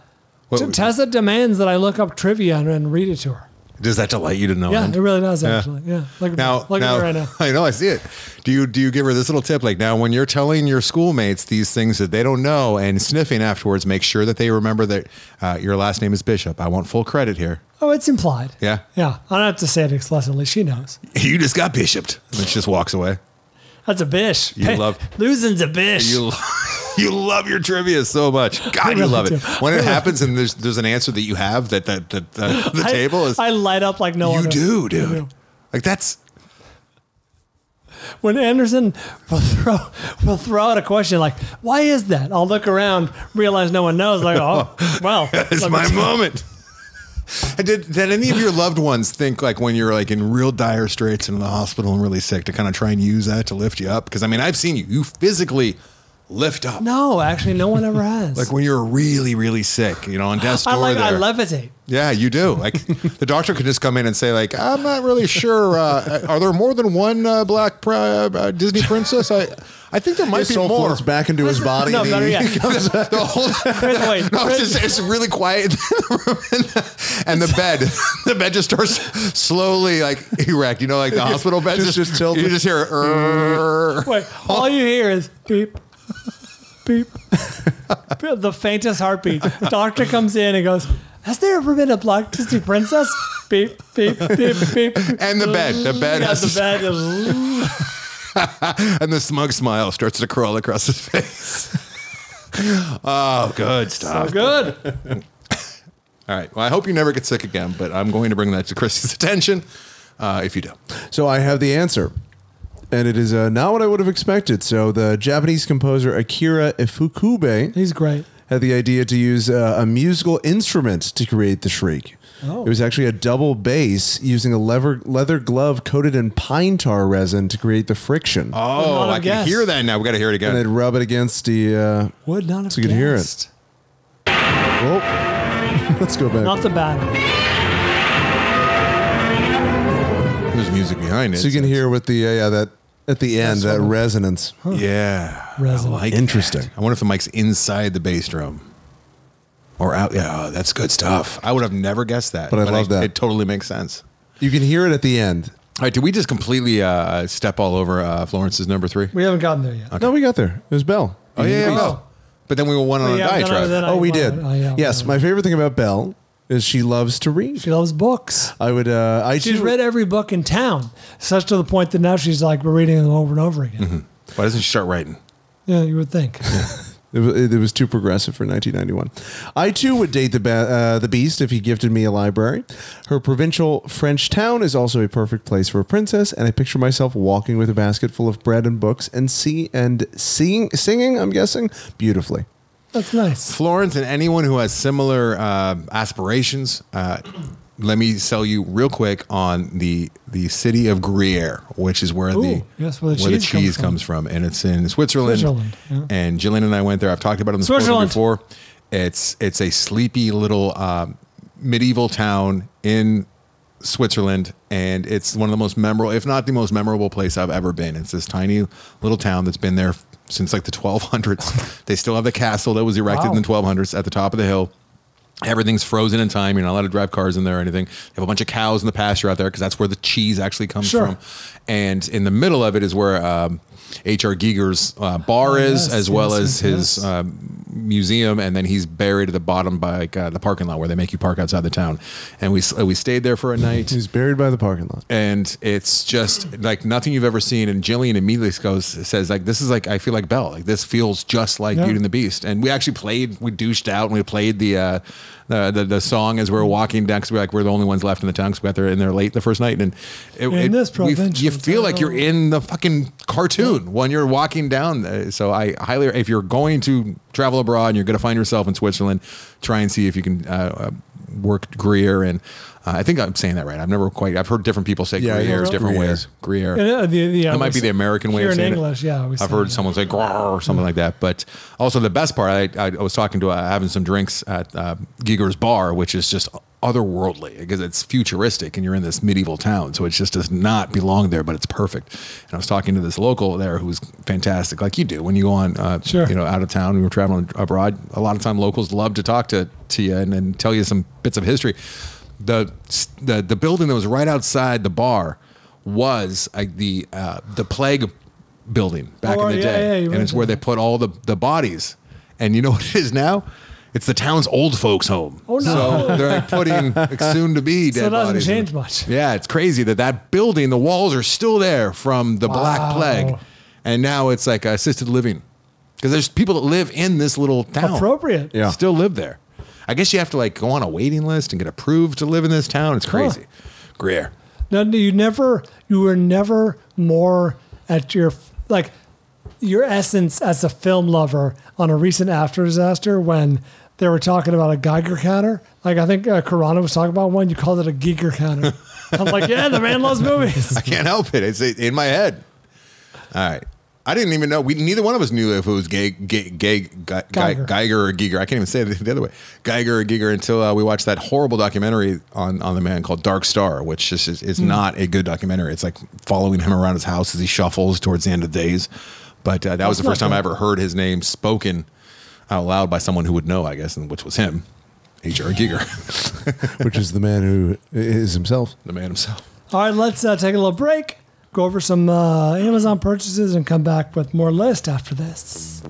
B: What-
A: T- Tessa demands that I look up trivia and, and read it to her.
B: movie? Does that delight you to know?
A: Yeah,
B: that?
A: it really does
B: Yeah.
A: actually. Yeah. Look, at
B: Now,
A: me. look
B: now,
A: at me right now.
B: I know I see it. Do you do you give her this little tip? Like now, when you're telling your schoolmates these things that they don't know and sniffing afterwards, make sure that they remember that uh, your last name is Bishop. I want full credit here.
A: Oh, it's implied.
B: Yeah.
A: Yeah. I don't have to say it explicitly. She knows.
B: You just got bishoped. And she just walks away.
A: That's a bish.
B: You love-
A: losing's a bish.
B: You you love your trivia so much. God, you
A: really
B: love it
A: do.
B: when it happens and there's there's an answer that you have that that that, that the
A: I-
B: table is.
A: I light up like no
B: you
A: other.
B: do, dude.
A: do.
B: Like that's
A: When Anderson will throw will throw out a question like, "Why is that?" I'll look around, realize no one knows. Like, oh, well,
B: It's
A: let me
B: my
A: see.
B: moment. And did, did any of your loved ones think like when you're like in real dire straits and in the hospital and really sick to kind of try and use that to lift you up? Because I mean, I've seen you you physically lift up
A: No, actually, no one ever has.
B: like when you're really really sick, you know, on death's door.
A: I like I
B: there.
A: levitate.
B: Yeah, you do. Like the doctor could just come in and say like, I'm not really sure. Uh, are there more than one uh, black pri- uh, Disney princess? I I think there might
C: His
B: be
C: soul
B: more.
C: floats back into his body.
A: No,
C: and
A: better
C: he-
A: yet.
B: the whole
A: Prince, wait,
B: No,
A: Prince-
B: it's, just, it's really quiet in the room, and the, and the bed, the bed just starts slowly like erect. You know, like the hospital bed
C: Just- just tilted.
B: You just hear. "Err."
A: Wait, all you hear is beep, beep, the faintest heartbeat. Doctor comes in and goes, "Has there ever been a black Disney princess?" Beep, beep, beep, beep.
B: And the bed, the bed
A: Yeah,
B: has
A: the
B: to-
A: bed. is-
B: and the smug smile starts to crawl across his face. oh, good
A: So
B: stuff.
A: good.
B: All right. Well, I hope you never get sick again, but I'm going to bring that to Chris's attention. Uh, if you do,
C: So I have the answer. And it is uh, not what I would have expected. So the Japanese composer Akira Ifukube
A: He's great.
C: had the idea to use uh, a musical instrument to create the shriek.
A: Oh.
C: It was actually a double bass using a leather, leather glove coated in pine tar resin to create the friction.
A: not a
B: oh, I
A: guess.
B: can hear that now. We got to hear it
C: And
B: again.
C: they'd rub it against the. Uh,
A: Would not have
C: So you could hear it.
A: guessed.
C: whoa. Let's go back.
A: Not the bad.
B: There's music behind it.
C: so you can hear with the uh, yeah that at the end that resonance.
B: Yeah.
A: Resin.
B: I like
C: Interesting.
B: that. I wonder if the mic's inside the bass drum or out. Yeah, oh, that's good stuff. I would have never guessed that.
C: But I love that.
B: It totally makes sense.
C: You can hear it at the end.
B: All right, did we just completely uh, step all over uh, Florence's number three?
A: We haven't gotten there yet.
C: No, we got there. It was Bell.
B: Oh, yeah, yeah,
A: Oh.
B: no. But then we went on
A: Yeah, then
B: a
A: I- then
B: diatribe.
A: I-
C: Oh, we
A: well,
C: did.
A: I, uh,
C: yes, my favorite thing about Belle is she loves to read.
A: She loves books.
C: I would. Uh, I
A: She's
C: too-
A: read every book in town, such to the point
B: Mm-hmm.
A: that now she's like reading them over and over again.
B: Why doesn't she start writing?
A: Yeah, you would think.
C: It was, it was too progressive for 1991. I too would date the ba- uh, the Beast if he gifted me a library. Her provincial French town is also a perfect place for a princess, and I picture myself walking with a basket full of bread and books and see and seeing singing. I'm guessing beautifully.
A: That's nice.
B: Florence and anyone who has similar uh, aspirations, uh, let me sell you real quick on the the city of Gruyere, which is where the
A: Ooh, yes, where the cheese comes
B: cheese
A: from.
B: comes from. and it's in Switzerland.
A: Switzerland, yeah.
B: And Jillian and I went there. I've talked about it on the program
A: Switzerland.
B: before. It's it's a sleepy little um, medieval town in Switzerland, and it's one of the most memorable, if not the most memorable place I've ever been. It's this tiny little town that's been there since like the 1200s. they still have the castle that was erected in the 1200s at the top of the hill. Everything's frozen in time. You're not allowed to drive cars in there or anything. They have a bunch of cows in the pasture out there because that's where the cheese actually comes
A: Sure.
B: from. And in the middle of it is where um, H.R. Giger's uh, bar is,
A: Oh, yes,
B: as well
A: yes,
B: as
A: yes,
B: his
A: yes.
B: uh, museum, and then he's buried at the bottom by like, uh, the parking lot where they make you park outside the town. And we s- uh, we stayed there for a night,
C: He's buried by the parking lot.
B: and it's just like nothing you've ever seen. And Jillian immediately goes says like, "This is like I feel like Belle. Like this feels just like
A: Yeah.
B: Beauty and the Beast." And we actually played, we douched out, and we played the. Uh, the, the, the song as we were walking down because we're like we're the only ones left in the town because we got there in there late the first night and it,
A: In
B: it-
A: this
B: we- you
A: provincial
B: feel like you're
A: town.
B: in the fucking cartoon when you're walking down. Uh, So I highly, if you're going to travel abroad and you're going to find yourself in Switzerland, try and see if you can uh, uh, work Greer. And uh, I think I'm saying that right. I've never quite. I've heard different people say
C: Yeah, I
B: Greer
C: heard
B: different
C: Gruyere.
B: ways. Greer.
A: And, uh, the- the-
B: that
A: we
B: might be the
A: say-
B: American way
A: here
B: of saying
A: in English,
B: it.
A: yeah. we
B: I've
A: say
B: heard
A: that.
B: someone say "Grrr" or something like that. But also the best part, I, I was talking to uh, having some drinks at uh, Giger's bar, which is just otherworldly because it's futuristic and you're in this medieval town, so it just does not belong there, but it's perfect. And I was talking to this local there who was fantastic, like you do when you go on, uh,
A: Sure.
B: you know, out of town. We were traveling abroad. A lot of time locals love to talk to to you and, and tell you some bits of history. The the the building that was right outside the bar was uh, the uh, the plague building back
A: Oh,
B: in the
A: yeah, yeah, you
B: day, and it's
A: mentioned
B: where they
A: that.
B: put all the the bodies. And you know what it is now? It's the town's old folks' home.
A: Oh, no.
B: So they're like putting like, soon to be dead
A: So it doesn't
B: bodies in-
A: change much.
B: Yeah, it's crazy that that building, the walls are still there from the Black
A: Wow.
B: Plague, and now it's like assisted living because there's people that live in this little town.
A: Appropriate.
C: Yeah.
B: Still live there. I guess you have to like go on a waiting list and get approved to live in this town. It's crazy. Greer.
A: No, no, you never, you were never more at your like your essence as a film lover on a recent after disaster when they were talking about a Geiger counter. Like I think uh, Corona was talking about one. You called it a Geiger counter. I'm like, yeah, the man loves movies.
B: I can't help it. It's in my head. All right. I didn't even know. We neither one of us knew if it was gay, gay, gay, Ge- Ge-
A: Geiger.
B: Geiger or Giger. I can't even say it the other way, Geiger or Giger, until uh, we watched that horrible documentary on on the man called Dark Star, which is is, is not a good documentary. It's like following him around his house as he shuffles towards the end of days. But uh, that was the
A: not
B: first time I
A: good.
B: ever heard his name spoken out loud by someone who would know, I guess, and which was him, H.R. Giger,
C: which is the man who is himself.
B: the man himself.
A: All right, let's uh, take a little break. Go over some uh, Amazon purchases and come back with more list after this.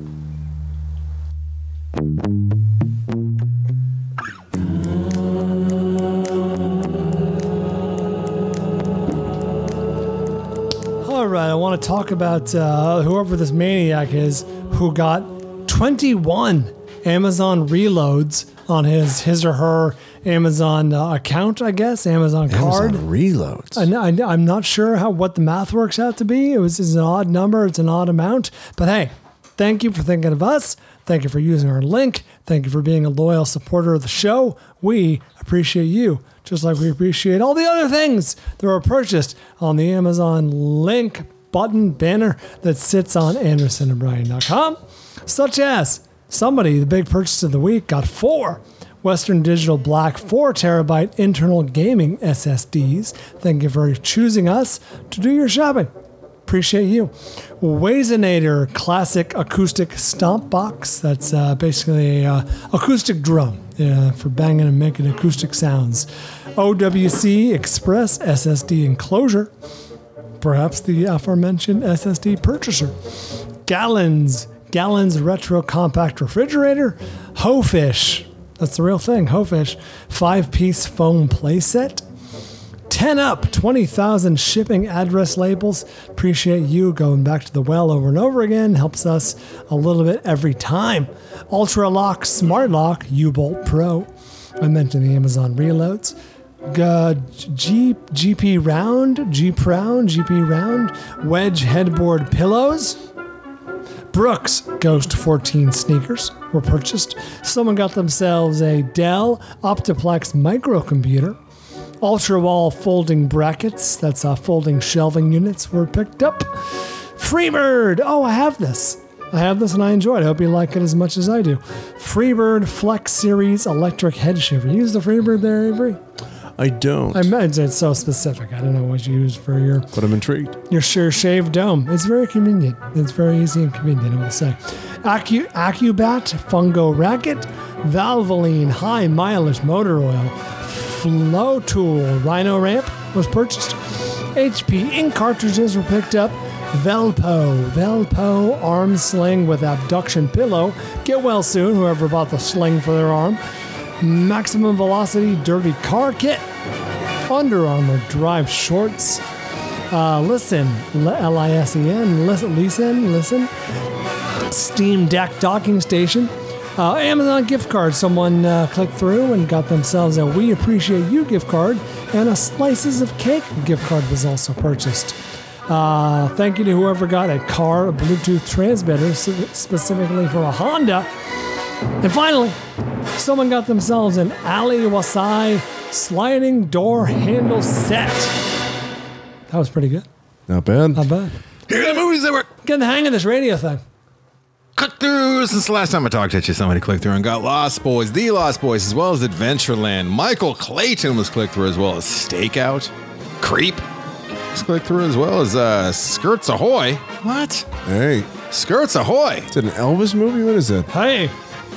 A: All right, I want to talk about uh, whoever this maniac is who got 21 Amazon reloads on his his or her Amazon uh, account, I guess, Amazon card.
C: Amazon reloads.
A: I, kn- I, kn- I'm not sure how what the math works out to be. It was it's an odd number. It's an odd amount. But hey, thank you for thinking of us. Thank you for using our link. Thank you for being a loyal supporter of the show. We appreciate you, just like we appreciate all the other things that were purchased on the Amazon link button banner that sits on AndersonandBryan.com, such as somebody the big purchase of the week got four Western Digital Black 4 terabyte internal gaming SSDs. Thank you for choosing us to do your shopping. Appreciate you. Wazenator Classic Acoustic Stomp Box. That's uh, basically a uh, acoustic drum uh, for banging and making acoustic sounds. OWC Express SSD Enclosure. Perhaps the aforementioned SSD purchaser gallons, gallons retro compact refrigerator, Hofish. That's the real thing, Hofish. Five piece foam playset, 10 up, 20,000 shipping address labels. Appreciate you going back to the well over and over again. Helps us a little bit every time. Ultra Lock Smart Lock U Bolt Pro. I mentioned the Amazon reloads. Uh, G, GP Round, G Pround, GP Round, Wedge Headboard Pillows. Brooks Ghost 14 sneakers were purchased. Someone got themselves a Dell Optiplex microcomputer. Ultra wall folding brackets, that's uh, folding shelving units, were picked up. Freebird! Oh, I have this. I have this and I enjoy it. I hope you like it as much as I do. Freebird Flex Series electric head shaver. You use the Freebird there, Avery?
C: I don't,
A: I meant it's so specific. I don't know what you use for your
C: but I'm intrigued.
A: your sure shave dome. It's very convenient. It's very easy and convenient, I will say. Acu- Acubat, Fungo Racket, Valvoline High Mileage Motor Oil, Flow Tool Rhino Ramp was purchased. HP ink cartridges were picked up. Velpo, Velpo arm sling with abduction pillow. Get well soon, whoever bought the sling for their arm. Maximum velocity dirty car kit. Under Armour drive shorts. Uh, listen, L I S E N, listen, listen, listen. Steam Deck docking station. Uh, Amazon gift card. Someone uh, clicked through and got themselves a We Appreciate You gift card, and a Slices of Cake gift card was also purchased. Uh, thank you to whoever got a car Bluetooth transmitter, spe- specifically for a Honda. And finally, someone got themselves an Ali Wasai sliding door handle set. That was pretty good.
C: Not bad.
A: Not bad.
B: Here are the movies that were
A: Getting the hang of this radio thing.
B: cut through since the last time I talked to you. Somebody clicked through and got Lost Boys, The Lost Boys, as well as Adventureland. Michael Clayton was clicked through as well as Stakeout, Creep was clicked through as well as uh, Skirts Ahoy. What?
C: Hey,
B: Skirts Ahoy.
C: is it an Elvis movie? What is that?
A: Hey,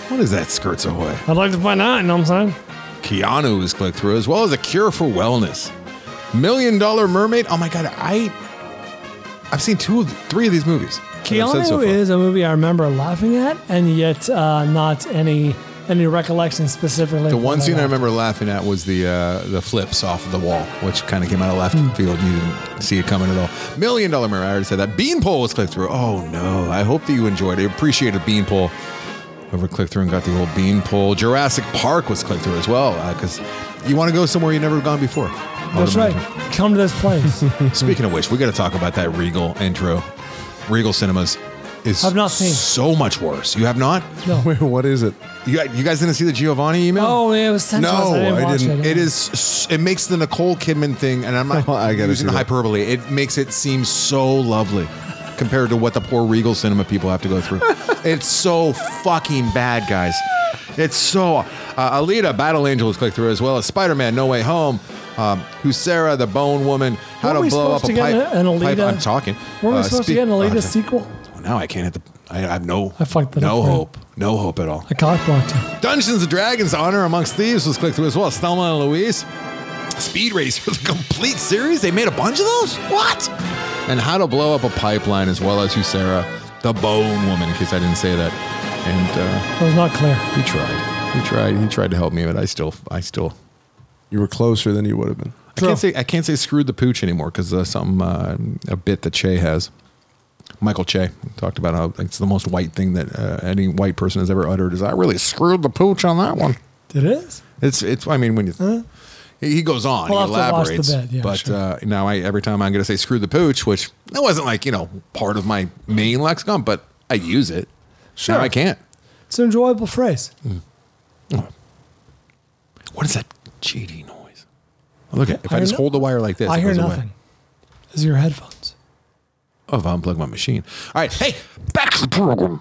B: What is that? Skirts Ahoy.
A: I'd like to find out, you know what I'm saying?
B: Keanu was clicked through, as well as a cure for wellness. Million Dollar Mermaid. Oh my god, I I've seen two, of the- three of these movies. that I've said
A: Keanu
B: so far.
A: is a movie I remember laughing at, and yet uh, not any any recollection specifically.
B: the
A: of
B: one
A: what
B: scene I
A: laughed.
B: remember laughing at was the uh, the flips off of the wall, which kind of came out of left field. You didn't see it coming at all. Million Dollar Mermaid. I already said that. Beanpole was clicked through. Oh no, I hope that you enjoyed it. Appreciated Beanpole. Whoever clicked through and got the old Beanpole. Jurassic Park was clicked through as well because you want to go somewhere you've never gone before.
A: That's right. Come to this place.
B: Speaking of which, we got to talk about that Regal intro. Regal Cinemas is
A: I've not seen.
B: so much worse. You have not?
C: Wait, what is it?
B: You got, you guys didn't see the Giovanni email?
A: oh, it was sent to us.
C: No,
A: I didn't
C: I
A: watch
C: didn't.
A: it.
B: It is. s- It makes the Nicole Kidman thing, and I'm not
C: Oh, I gotta
B: using
C: see that.
B: hyperbole. It makes it seem so lovely compared to what the poor Regal Cinema people have to go through. it's so fucking bad, guys. It's so. Uh, Alita, Battle Angel was clicked through as well as Spider Man, No Way Home. Um, Husera, the Bone Woman, How
A: Weren't
B: to
A: we
B: Blow Up
A: supposed
B: a
A: to get
B: Pipe.
A: an Alita-
B: pipe I'm talking.
A: Weren't we
B: Uh,
A: supposed
B: speak-
A: to get an
B: Oh,
A: Alita
B: it's-
A: sequel?
B: Now I can't hit the. I, I have no.
A: I fucked that
B: No
A: up, man.
B: hope. No hope at all.
A: I cockblocked him.
B: Dungeons and Dragons Honor Amongst Thieves was clicked through as well. Stelma and Louise. Speed Racer, the complete series. They made a bunch of those? What? And How to Blow Up a Pipeline as well as Husera, the Bone Woman, in case I didn't say that. And
A: It
B: uh,
A: was not clear.
B: he tried. He tried. He tried to help me, but I still, I still,
C: You were closer than you would have been.
B: I can't say, I can't say screwed the pooch anymore because uh, something, uh, a bit that Che has. Michael Che talked about how it's the most white thing that uh, any white person has ever uttered. Is I really screwed the pooch on that one?
A: It is.
B: It's it's. I mean, when you he he goes on,
A: We'll
B: he
A: have to watch the
B: elaborates.
A: bit, yeah,
B: but
A: sure.
B: uh, now I every time I'm going to say "screw the pooch," which that wasn't like you know part of my main lexicon, but I use it.
A: Sure.
B: Now I can't.
A: It's an enjoyable phrase.
B: What is that GD noise? Oh, look at if I,
A: I
B: just
A: know-
B: hold the wire like this,
A: I
B: it
A: hear
B: goes away.
A: nothing. These are your headphones.
B: Oh, if I unplug my machine. All right, hey, back to the program.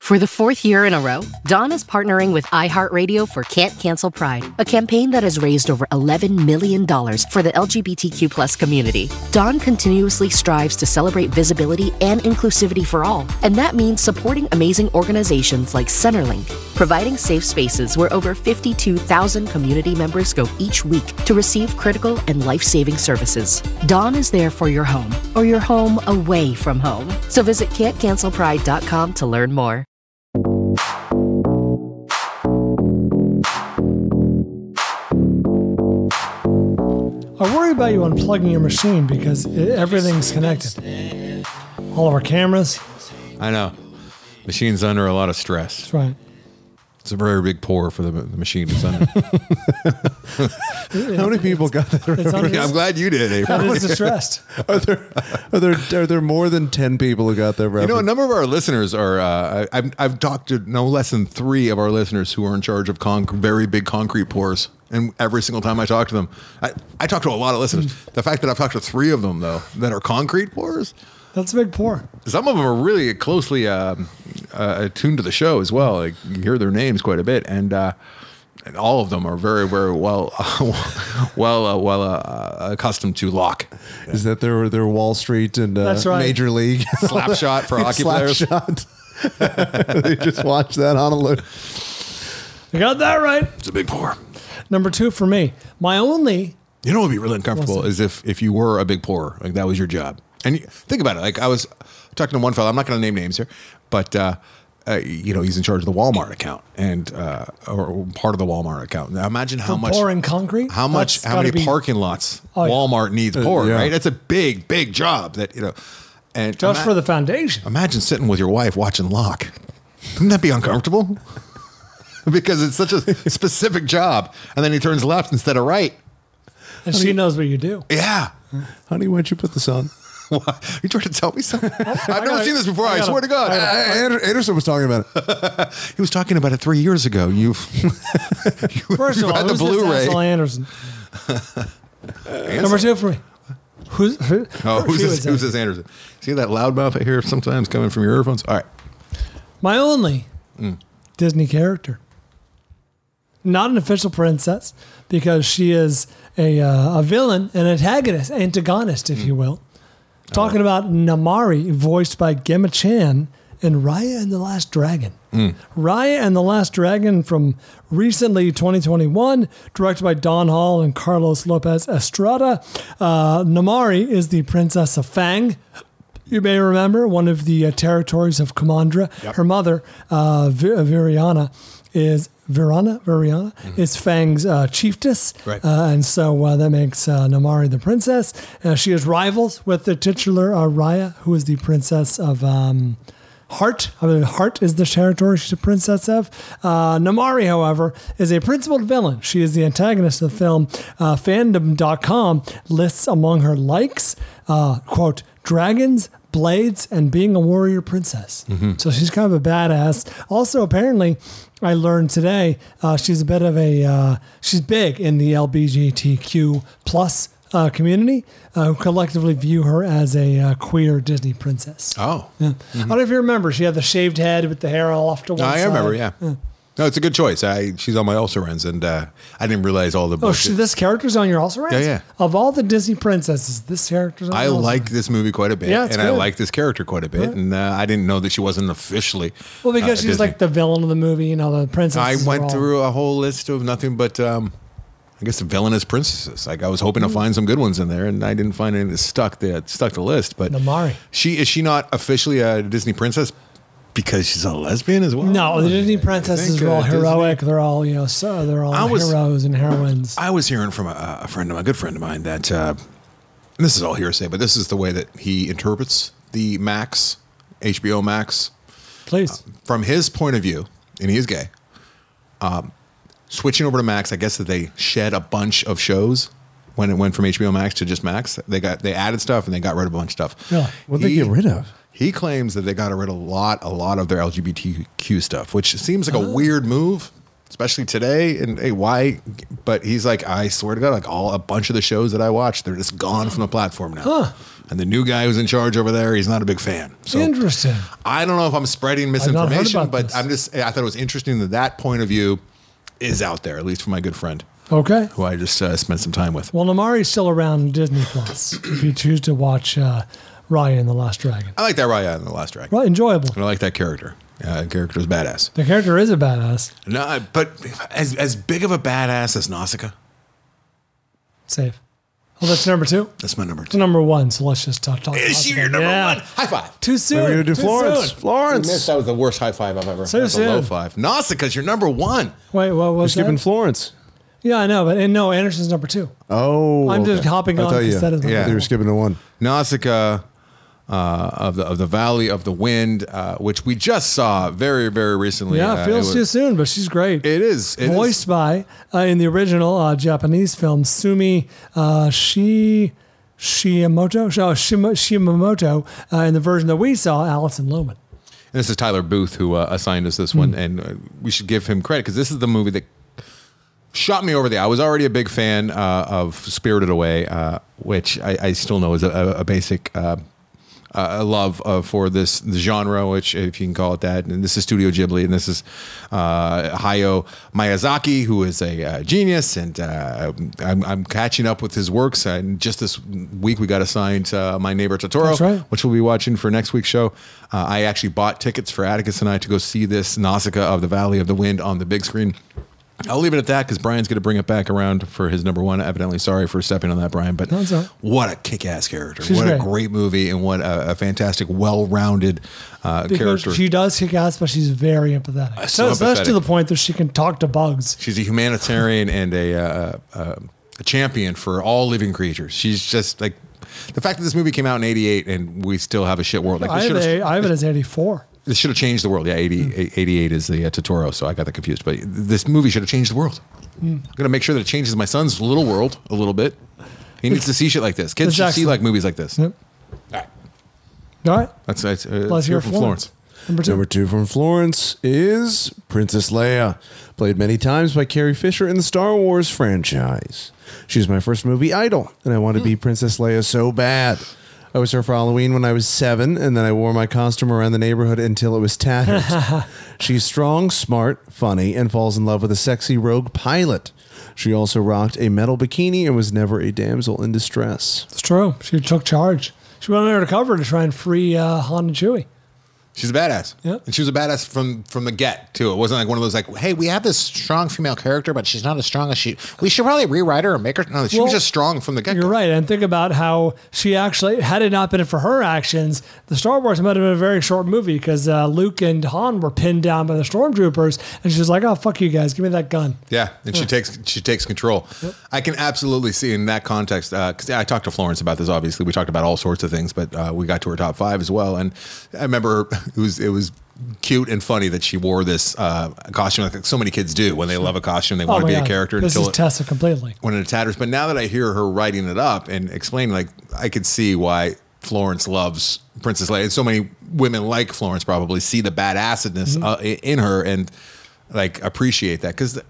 D: For the fourth year in a row, Dawn is partnering with iHeartRadio for Can't Cancel Pride, a campaign that has raised over $11 million for the LGBTQ community. Dawn continuously strives to celebrate visibility and inclusivity for all, and that means supporting amazing organizations like Centerlink, providing safe spaces where over 52,000 community members go each week to receive critical and life-saving services. Dawn is there for your home, or your home away from home. So visit can'tcancelpride.com to learn more.
A: I worry about you unplugging your machine because i everything's connected. All of our cameras.
B: I know. Machine's under a lot of stress. That's
A: right.
B: It's a very big pour for the, the machine it's under.
C: How many people got that?
A: It's under-
B: I'm glad you did, April.
A: That is distressed.
C: Are there are there are there more than ten people who got that
B: You
C: reference?
B: know, a number of our listeners are. Uh, I, I've, I've talked to no less than three of our listeners who are in charge of conc- very big concrete pours. And every single time I talk to them, I, I talk to a lot of listeners. The fact that I've talked to three of them, though, that are concrete pours,
A: That's a big pour.
B: some of them are really closely um, uh, attuned to the show as well. Like, you hear their names quite a bit. And, uh, and all of them are very, very well, well, uh, well uh, accustomed to lock.
C: Is that their their Wall Street and uh,
B: That's right.
C: Major League
B: Slap shot for hockey
C: Slap
B: players.
C: Shot. they just watch that on a loop.
A: You got that right.
B: It's a big pour.
A: Number two for me. My only
B: You know what would be really uncomfortable is if if you were a big pourer, like that was your job. And you, think about it. Like I was talking to one fellow. I'm not going to name names here, but uh, uh, you know he's in charge of the Walmart account and uh, or part of the Walmart account. Now imagine how
A: for
B: much
A: pouring concrete.
B: how much
A: That's
B: how many
A: gotta be-
B: parking lots
A: Oh, yeah.
B: Walmart needs poured.
A: yeah.
B: Right, that's a big big job. That you know, and
A: Just
B: ima-
A: for the foundation.
B: imagine sitting with your wife watching Lock. Wouldn't that be uncomfortable? because it's such a specific job, and then he turns left instead of right.
A: And she knows what you do.
B: Yeah.
C: Honey, why'd you put this on?
B: you trying to tell me something? I've
A: I
B: never
A: gotta-
B: seen this before.
A: I
B: I,
A: gotta-
B: swear to God.
A: I
C: Uh, Ander- Anderson was talking about it.
B: he was talking about it three years ago. You've
A: First of all,
B: had the
A: who's this
B: Blu-ray.
A: asshole Anderson? Number two for me. Who's who?
B: Oh, who's
A: she
B: this,
A: was
B: who's this Anderson? See that loud mouth I hear sometimes coming from your earphones? All right.
A: My only Disney character. Not an official princess because she is a, uh, a villain, an antagonist, antagonist, if you will. Talking about Namari, voiced by Gemma Chan in Raya and the Last Dragon. Raya and the Last Dragon from recently 2021, directed by Don Hall and Carlos Lopez Estrada. Uh, Namari is the Princess of Fang. You may remember one of the uh, territories of Commandra. Her mother, uh, Vi- Viriana, is Virana. Viriana is Fang's uh, chiefess,
E: Right.
A: uh, and so uh, that makes uh, Namari the princess. Uh, she is rivals with the titular uh, Raya, who is the princess of um, Hart. I believe Hart is the territory she's a princess of. Uh, Namari, however, is a principal villain. She is the antagonist of the film. Uh, fandom.com lists among her likes, uh, quote, dragons, blades, and being a warrior princess. So she's kind of a badass. Also, apparently, I learned today uh, she's a bit of a uh, she's big in the LBGTQ plus uh, community, uh, who collectively view her as a uh, queer Disney princess.
B: Oh,
A: Yeah. I don't know if you remember. She had the shaved head with the hair all off to one
B: I
A: side.
B: remember. Yeah. No, it's a good choice. I she's on my Ulcerans, and uh, I didn't realize all the.
A: Oh,
B: bullshit.
A: she, this character's on your also right?
B: Yeah, yeah.
A: Of all the Disney princesses, this character's on
B: I
A: your also-
B: like this movie quite a bit,
A: Yeah,
B: and
A: it's
B: I
A: good.
B: like this character quite a bit,
A: Yeah.
B: and uh, I didn't know that she wasn't officially.
A: Well, because
B: uh,
A: she's
B: Disney.
A: like the villain of the movie, you know, the princess.
B: I went through a whole list of nothing but, um, I guess, villainous princesses. Like I was hoping
A: Hmm.
B: to find some good ones in there, and I didn't find any that stuck that stuck the list. But
A: Namari.
B: she is she not officially a Disney princess because she's a lesbian as well?
A: No, the Disney princesses
B: think,
A: are all
B: uh, Disney-
A: heroic. They're all, you know, so they're all
B: I was-
A: heroes and heroines.
B: I was hearing from a, a friend of my good friend of mine that uh, and this is all hearsay, but this is the way that he interprets the Max HBO Max.
A: Please,
B: from his point of view, and he is gay. Um, switching over to Max, I guess that they shed a bunch of shows when it went from HBO Max to just Max. They got they added stuff and they got rid of a bunch of stuff.
C: Really? What'd they
B: He-
C: get rid of?
B: He claims that they got rid of a lot, a lot of their LGBTQ stuff, which seems like
A: Oh.
B: a weird move, especially today. And hey, why? But he's like, I swear to God, like all a bunch of the shows that I watch, they're just gone from the platform now.
A: Huh.
B: And the new guy who's in charge over there, he's not a big fan. So
A: Interesting.
B: I don't know if I'm spreading
A: I've not heard
B: misinformation,
A: about
B: but
A: this.
B: I'm just I thought it was interesting that that point of view is out there, at least for my good friend
A: Okay.
B: who I just uh, spent some time with.
A: Well, Namari's still around in Disney Plus if you choose to watch uh, Raya and the Last Dragon.
B: I like that Raya in the Last Dragon.
A: Right, enjoyable.
B: I like that character. Uh, character was badass.
A: The character is a badass.
B: No, I- but as as big of a badass as Nausicaa,
A: Save. Well, Oh, that's number two.
B: that's my number.
A: It's number one, so let's just talk. talk
B: Is she your number one? High five.
A: Too soon. Too soon.
B: I missed, that was the worst high five I've ever.
A: So
B: That's a low
A: soon.
B: five. Nausicaa's your number one.
A: Wait, what was that?
C: Florence.
A: Yeah, I know, but and no, Anderson's number two.
C: Oh,
A: I'm just hopping on
C: thought you-
A: because that is my
C: yeah. They were skipping to one.
B: Nausicaa uh, of the of the Valley of the Wind, uh, which we just saw very very recently.
A: Yeah,
B: Uh,
A: it
B: it
A: feels
B: was-
A: too soon, but she's great.
B: It is it is.
A: voiced by uh, in the original uh, Japanese film Sumi uh, Shi Shimamoto no, Shima, Shimamoto uh, in the version that we saw, Allison Loman.
B: And this is Tyler Booth who uh, assigned us this one, and uh, we should give him credit because this is the movie that shot me over the. I was already a big fan uh, of Spirited Away, uh, which I, I still know is a, a basic. Uh, uh, love uh, for this the genre, which if you can call it that, and this is Studio Ghibli, and this is uh, Hayao Miyazaki, who is a uh, genius, and uh, I'm, I'm catching up with his works. And just this week, we got assigned uh, My Neighbor Totoro,
A: That's right.
B: which we'll be watching for next week's show. Uh, I actually bought tickets for Atticus and I to go see this Nausicaa of the Valley of the Wind on the big screen. I'll leave it at that because Brian's going to bring it back around for his number one. Evidently, sorry for stepping on that, Brian, but
A: No, it's all right.
B: what a kick-ass character!
A: She's
B: what a
A: great.
B: great movie and what a, a fantastic, well-rounded uh,
A: Because
B: character.
A: she does kick ass, but she's very empathetic. so
B: so
A: so that's to
B: empathetic.
A: the point that she can talk to bugs.
B: She's a humanitarian and a, uh, uh, a champion for all living creatures. She's just like the fact that this movie came out in '88 and we still have a shit world. Like
A: I Hmm.
B: they
A: have,
B: should've-
A: a, I have it as 84.
B: This should have changed the world. Yeah, 80, 88 is the uh, Totoro, so I got that confused. But this movie should have changed the world.
A: Mm.
B: I'm going to make sure that it changes my son's little world a little bit. He needs to see shit like this. Kids
A: It's
B: should see
A: excellent.
B: like movies like this.
A: Yep. All right.
B: That's, that's uh,
A: Let's
B: let's hear
A: hear
B: from
A: Florence.
B: Florence.
A: Number two.
C: from Florence is Princess Leia, played many times by Carrie Fisher in the Star Wars franchise. She's my first movie idol, and I wanted to be
A: Hmm.
C: Princess Leia so bad. I was her for Halloween when I was seven, and then I wore my costume around the neighborhood until it was tattered. She's strong, smart, funny, and falls in love with a sexy rogue pilot. She also rocked a metal bikini and was never a damsel in distress.
A: It's true. She took charge. She went undercover to try and free uh, Han and Chewie.
B: She's a badass. Yeah. And she was a badass from from the get too. It wasn't like one of those like, hey, we have this strong female character, but she's not as strong as she. We should probably rewrite her and make her. No, she
A: Well,
B: was just strong from the get. go.
A: You're right. And think about how she actually, had it not been for her actions, the Star Wars might have been a very short movie because uh, Luke and Han were pinned down by the stormtroopers. And she's like, oh, fuck you guys. Give me that gun.
B: Yeah, and she
A: Yeah.
B: takes she takes control. I can absolutely see in that context because uh, I talked to Florence about this. Obviously, we talked about all sorts of things, but uh, we got to her top five as well. And I remember it was it was cute and funny that she wore this uh, costume like so many kids do when they love a costume they want to
A: Oh my
B: be
A: God.
B: a character
A: This
B: until
A: is
B: it,
A: Tessa completely.
B: when it tatters. But now that I hear her writing it up and explaining, like I could see why Florence loves Princess Leia. And so many women like Florence probably see the badassedness
E: Mhm.
B: uh, i- in her and like appreciate that because.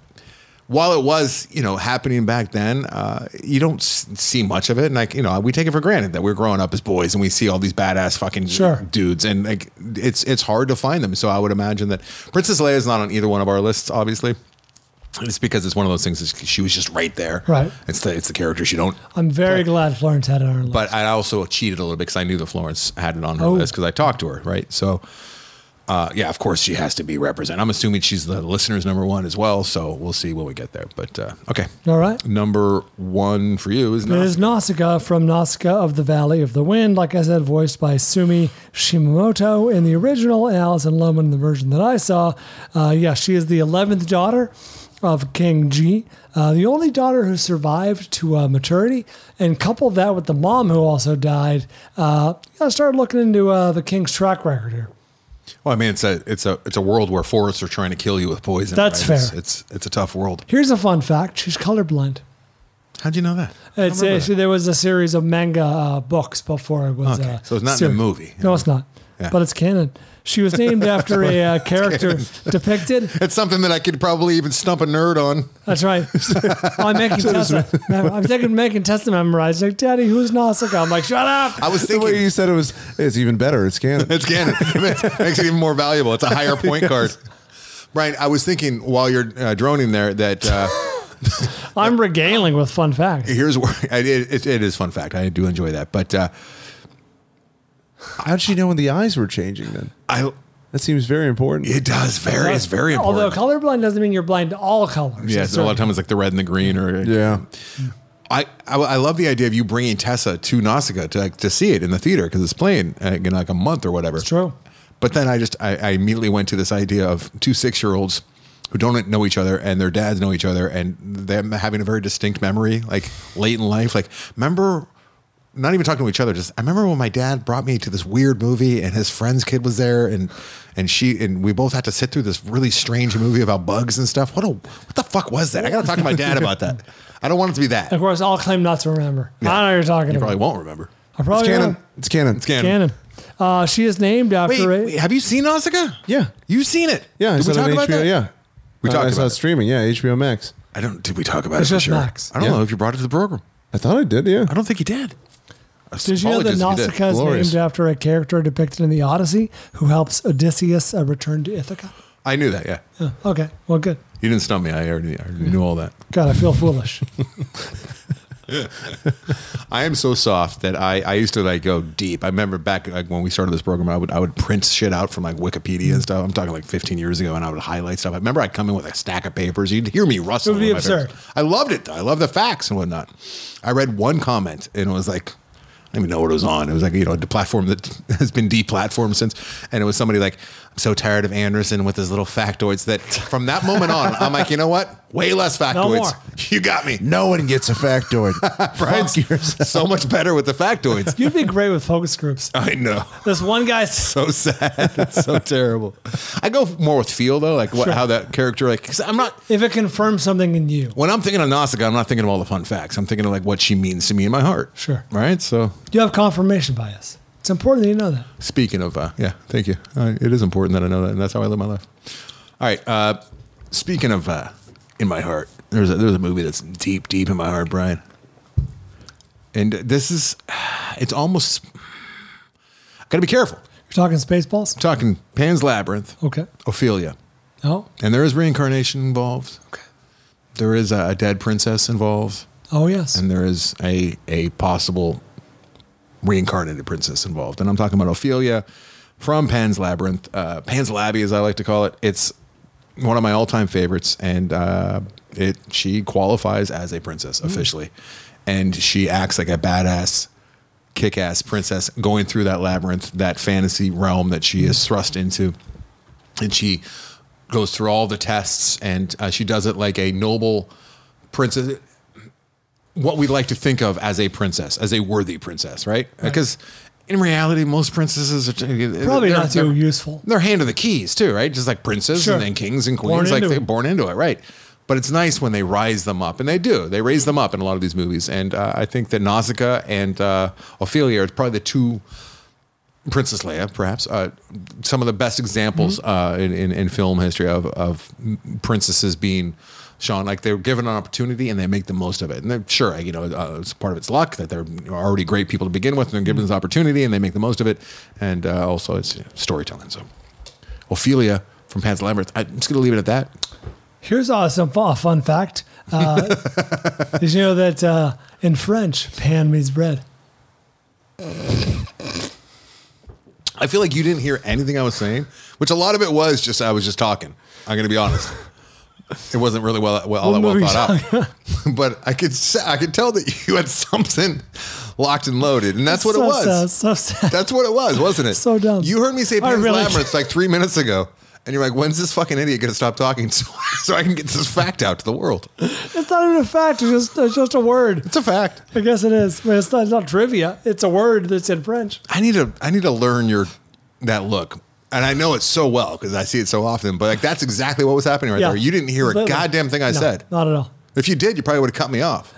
B: while it was, you know, happening back then, uh, you don't s- see much of it, and like, you know, we take it for granted that we're growing up as boys and we see all these badass fucking
A: Sure.
B: dudes, and like, it's it's hard to find them. So I would imagine that Princess Leia is not on either one of our lists, obviously. It's because it's one of those things. That she was just right there.
A: Right.
B: It's the it's the characters you don't.
A: I'm very glad Florence had it on her list.
B: But I also cheated a little bit because I knew that Florence had it on her
A: Oh.
B: list because I talked to her. Right. So, uh, yeah, of course she has to be represented. I'm assuming she's the listener's number one as well. So we'll see when we get there. But uh, okay,
A: All right.
B: number one for you is
A: It is
B: not.
A: Nausicaa from Nausicaa of the Valley of the Wind, like I said, voiced by Sumi Shimamoto in the original and Alison Lohman in the version that I saw. Uh, yeah, she is the 11th daughter of King G, uh, the only daughter who survived to uh, maturity. And couple that with the mom who also died, uh, I started looking into uh, the King's track record here.
B: Well, I mean, it's a it's a it's a world where forests are trying to kill you with poison.
A: That's
B: right? It's,
A: fair.
B: it's it's a tough world.
A: Here's a fun fact she's colorblind.
B: How'd you know that?
A: It's
B: remember
A: actually, there was a series of manga uh, books before it was.
B: Okay,
A: Uh,
B: so it's not in the
A: series.
B: movie.
A: No, it's not.
B: Yeah.
A: But it's canon. She was named after a uh, character depicted.
B: It's something that I could probably even stump a nerd on.
A: That's right. I'm making
B: So does-
A: Tessa. I'm taking making Tessa memorize. Like, Daddy, who's Nausicaa? I'm like, shut up.
B: I was
C: the way you said it was. It's even better. It's canon.
B: it's canon. It makes- makes it even more valuable. It's a higher point card. Brian, I was thinking while you're uh, droning there that uh,
A: I'm regaling with fun facts.
B: here's where it, it, it is fun fact. I do enjoy that, but uh,
C: How did she know when the eyes were changing? Then
B: I.
C: That seems very important.
B: It does. Very. It's very important.
A: Although colorblind doesn't mean you're blind to all colors.
B: yeah,
A: It's
B: so a
A: certain-
B: lot of times it's like the red and the green, or yeah. I, I, I love the idea of you bringing Tessa to Nausicaa to like, to see it in the theater because it's playing uh, in like a month or whatever. It's
A: true.
B: But then I just I, I immediately went to this idea of two six year olds who don't know each other and their dads know each other and them having a very distinct memory like late in life. Like remember, not even talking to each other. Just I remember when my dad brought me to this weird movie and his friend's kid was there and and she and we both had to sit through this really strange movie about bugs and stuff. What a what the fuck was that? I got to talk to my dad about that. I don't want it to be that.
A: Of course, I'll claim not to remember. I don't know what you're talking
B: You
A: about.
B: probably won't remember.
A: I probably
B: It's
C: uh,
A: won't.
B: canon. It's canon. It's canon.
A: Canon. Uh, she is named after
B: Wait,
A: a-
B: wait, have you seen Nausicaa?
C: Yeah,
B: you've seen it.
C: Yeah, I
B: did
C: saw
B: we
C: it on
B: talk about
C: HBO,
B: that?
C: Yeah,
B: We
A: Uh,
C: I,
B: talked
C: uh, I
B: about
C: saw
B: it.
C: it streaming. Yeah, HBO Max.
B: I don't. Did we talk about
A: It's
B: it? for
A: just
B: sure?
A: Max.
B: I don't
C: Yeah.
B: know if you brought it to the program.
C: I thought I did. Yeah, I
B: don't think he did.
A: Did you know that
B: Apologies if you did.
A: Nausicaa is
B: Glorious.
A: named after a character depicted in the Odyssey who helps Odysseus uh, return to Ithaca?
B: I knew that. Yeah,
A: Yeah, okay, well, good.
B: you didn't stump me. I already, I already knew all that.
A: God, I feel foolish.
B: I am so soft that I, I used to like go deep. I remember back like when we started this program, I would I would print shit out from like Wikipedia and stuff. I'm talking like 15 years ago, and I would highlight stuff. I remember I'd come in with a stack of papers. You'd hear me rustle.
A: It would be
B: with my papers.
A: absurd.
B: I loved it. though. I love the facts and whatnot. I read one comment and it was like. I don't even know what it was on. It was like, you know, the platform that has been deplatformed since. And it was somebody like, I'm so tired of Anderson with his little factoids that from that moment on, I'm like, you know what? Way less factoids.
C: more.
B: You got me.
C: No one gets a factoid.
B: Brian's so much better with the factoids.
A: You'd be great with focus groups.
B: I know.
A: This one guy's
B: So sad. It's so terrible. I go more with feel though, like what,
A: Sure.
B: how that character like. 'cause I'm not.
A: If it confirms something in you,
B: When I'm thinking of Nausicaa, I'm not thinking of all the fun facts. I'm thinking of like what she means to me in my heart.
A: Sure.
B: Right. So
A: you have confirmation bias. It's important that you know that.
B: speaking of, uh, yeah, thank you. Uh, it is important that I know that, and that's how I live my life. All right. Uh, speaking of uh, in my heart, there's a, there's a movie that's deep, deep in my heart, Brian. And this is, it's almost. Gotta be careful.
A: You're talking Spaceballs.
B: talking Pan's Labyrinth.
A: Okay.
B: Ophelia.
A: Oh,
B: And there is reincarnation involved. Okay. There is a, a dead princess involved.
A: oh yes.
B: And there is a, a possible reincarnated princess involved. And I'm talking about Ophelia from Pan's Labyrinth, uh, Pan's Labby, as I like to call it. It's one of my all time favorites. And uh, it she qualifies as a princess officially. And she acts like a badass, kick ass princess going through that labyrinth, that fantasy realm that she is thrust into. And she goes through all the tests and uh, she does it like a noble princess what we like to think of as a princess, as a worthy princess, right? Because in reality, most princesses are
A: Probably
B: they're-
A: not too
B: they're-
A: useful.
B: They're hand of the keys too, right? Just like princes
A: Sure.
B: and then kings and
A: Born
B: queens, like
A: into
B: they're
A: it.
B: born into it, right? But it's nice when they rise them up, and they do. They raise them up in a lot of these movies, and uh, I think that Nausicaa and uh, Ophelia are probably the two Princess Leia, perhaps uh, some of the best examples
A: Mm-hmm.
B: uh, in, in in film history of of princesses being shown like they're given an opportunity and they make the most of it. And they're sure, you know, uh, it's part of its luck that they're already great people to begin with, and they're
A: Mm-hmm.
B: given this opportunity and they make the most of it. And uh, also, it's you know, storytelling. So, Ophelia from Pan's Labyrinth. I'm just gonna leave it at that.
A: Here's uh, some fun, fun fact. Uh, did you know that uh, in French, pan means bread?
B: I feel like you didn't hear anything I was saying, which a lot of it was just I was just talking. I'm gonna be honest. It wasn't really well, well all
A: What
B: that well
A: movie
B: thought out. but I could sa- I could tell that you had something locked and loaded, and that's what it
A: So
B: was.
A: sad, so sad.
B: That's what it was, wasn't it? So dumb. You heard me say
A: I
B: Pan's
A: really-
B: Labyrinth like three minutes ago, and you're like, "When's this fucking idiot gonna stop talking so, so I can get this fact out to the world?"
A: It's not even a fact. It's just, it's just a word. It's
B: a fact.
A: I guess it is. But it's not, it's not trivia. It's a word that's in French.
B: I need to I need to learn your that look. And I know it so well because I see it so often, but like that's exactly what was happening right
A: Yeah.
B: there. You didn't hear a
A: Literally.
B: goddamn thing I
A: No,
B: said.
A: Not at all.
B: If you did, you probably would have cut me off.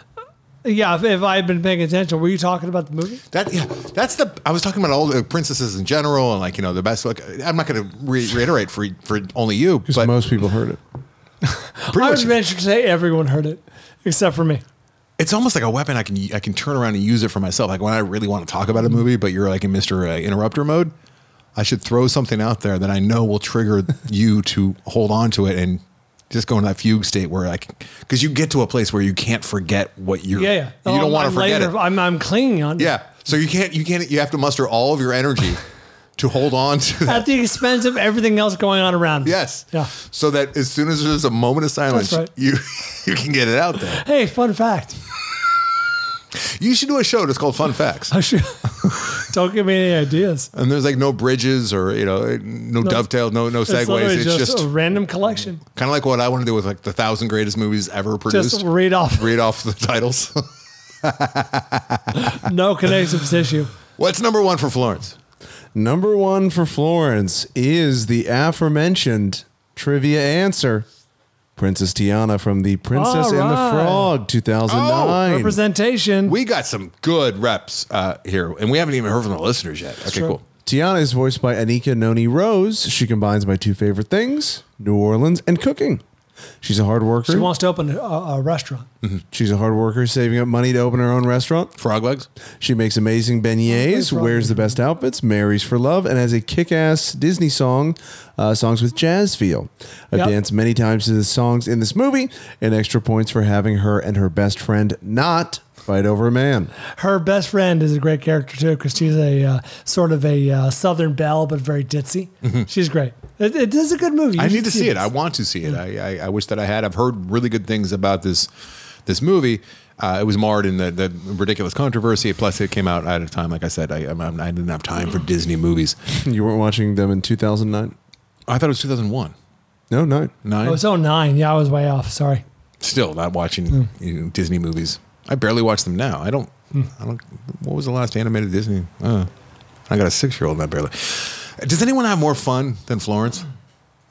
A: Yeah, if, if I had been paying attention, were you talking about the movie?
B: That yeah, that's the I was talking about all the princesses in general and like you know the best. Look, I'm not going to re- reiterate for for only you, but
C: most people heard it.
A: I would venture to say everyone heard it, except for me.
B: It's almost like a weapon I can I can turn around and use it for myself. Like when I really want to talk about a movie, but you're like in Mister uh, Interrupter mode. I should throw something out there that I know will trigger you to hold on to it and just go into that fugue state where like because you get to a place where you can't forget what you're.
A: Yeah, yeah.
B: You don't
A: I'm-
B: want
A: I'm
B: to forget
A: later-
B: it.
A: I'm, I'm clinging on.
B: Yeah. So you can't you can't you have to muster all of your energy to hold on to that.
A: At the expense of everything else going on around.
B: Yes.
A: Yeah.
B: So that as soon as there's a moment of silence,
A: That's right.
B: you you can get it out there.
A: Hey, fun fact.
B: You should do a show that's called Fun Facts.
A: I should. Don't give me any ideas.
B: And there's like no bridges or you know no,
A: No.
B: dovetail, no no
A: It's literally
B: segues. It's just,
A: a random collection.
B: kind of like what I want to do with like the thousand greatest movies ever produced.
A: Just read off
B: read off the titles.
A: no connective tissue.
B: What's number one for Florence?
C: Number one for Florence is the aforementioned trivia answer. Princess Tiana from The Princess
A: All
C: and the
A: right.
C: Frog, 2009.
A: representation.
B: We got some good reps uh, here, and we haven't even heard from the listeners yet. Okay,
C: Sure.
B: cool.
C: Tiana is voiced by Anika Noni Rose. She combines my two favorite things, New Orleans and cooking. She's a hard worker.
A: She wants to open a, a restaurant.
C: Mhm. She's a hard worker, saving up money to open her own restaurant.
B: Frog legs.
C: She makes amazing beignets, wears the best outfits, marries for love, and has a kick-ass Disney song, uh, songs with jazz feel. I've
A: Yep.
C: danced many times to the songs in this movie, and extra points for having her and her best friend not fight over a man.
A: Her best friend is a great character too, because she's a uh, sort of a uh, Southern belle, but very ditzy.
B: Mhm.
A: She's great. It, it is a good movie. You
B: I
A: should
B: need to see it.
A: this.
B: I want to see it. I, I, I wish that I had. I've heard really good things about this this movie. Uh, it was marred in the, the ridiculous controversy. Plus, it came out at a time, like I said, I, I'm, I'm- I didn't have time for Disney movies.
C: You weren't watching them in 2009?
B: I thought it was 2001.
C: No, nine.
B: Nine?
A: Oh, it's 09. Yeah, I was way off. Sorry.
B: Still not watching
A: Hmm.
B: you know, Disney movies. I barely watch them now. I don't. I don't. What was the last animated Disney? Uh, I got a six year old and I barely. Does anyone have more fun than Florence?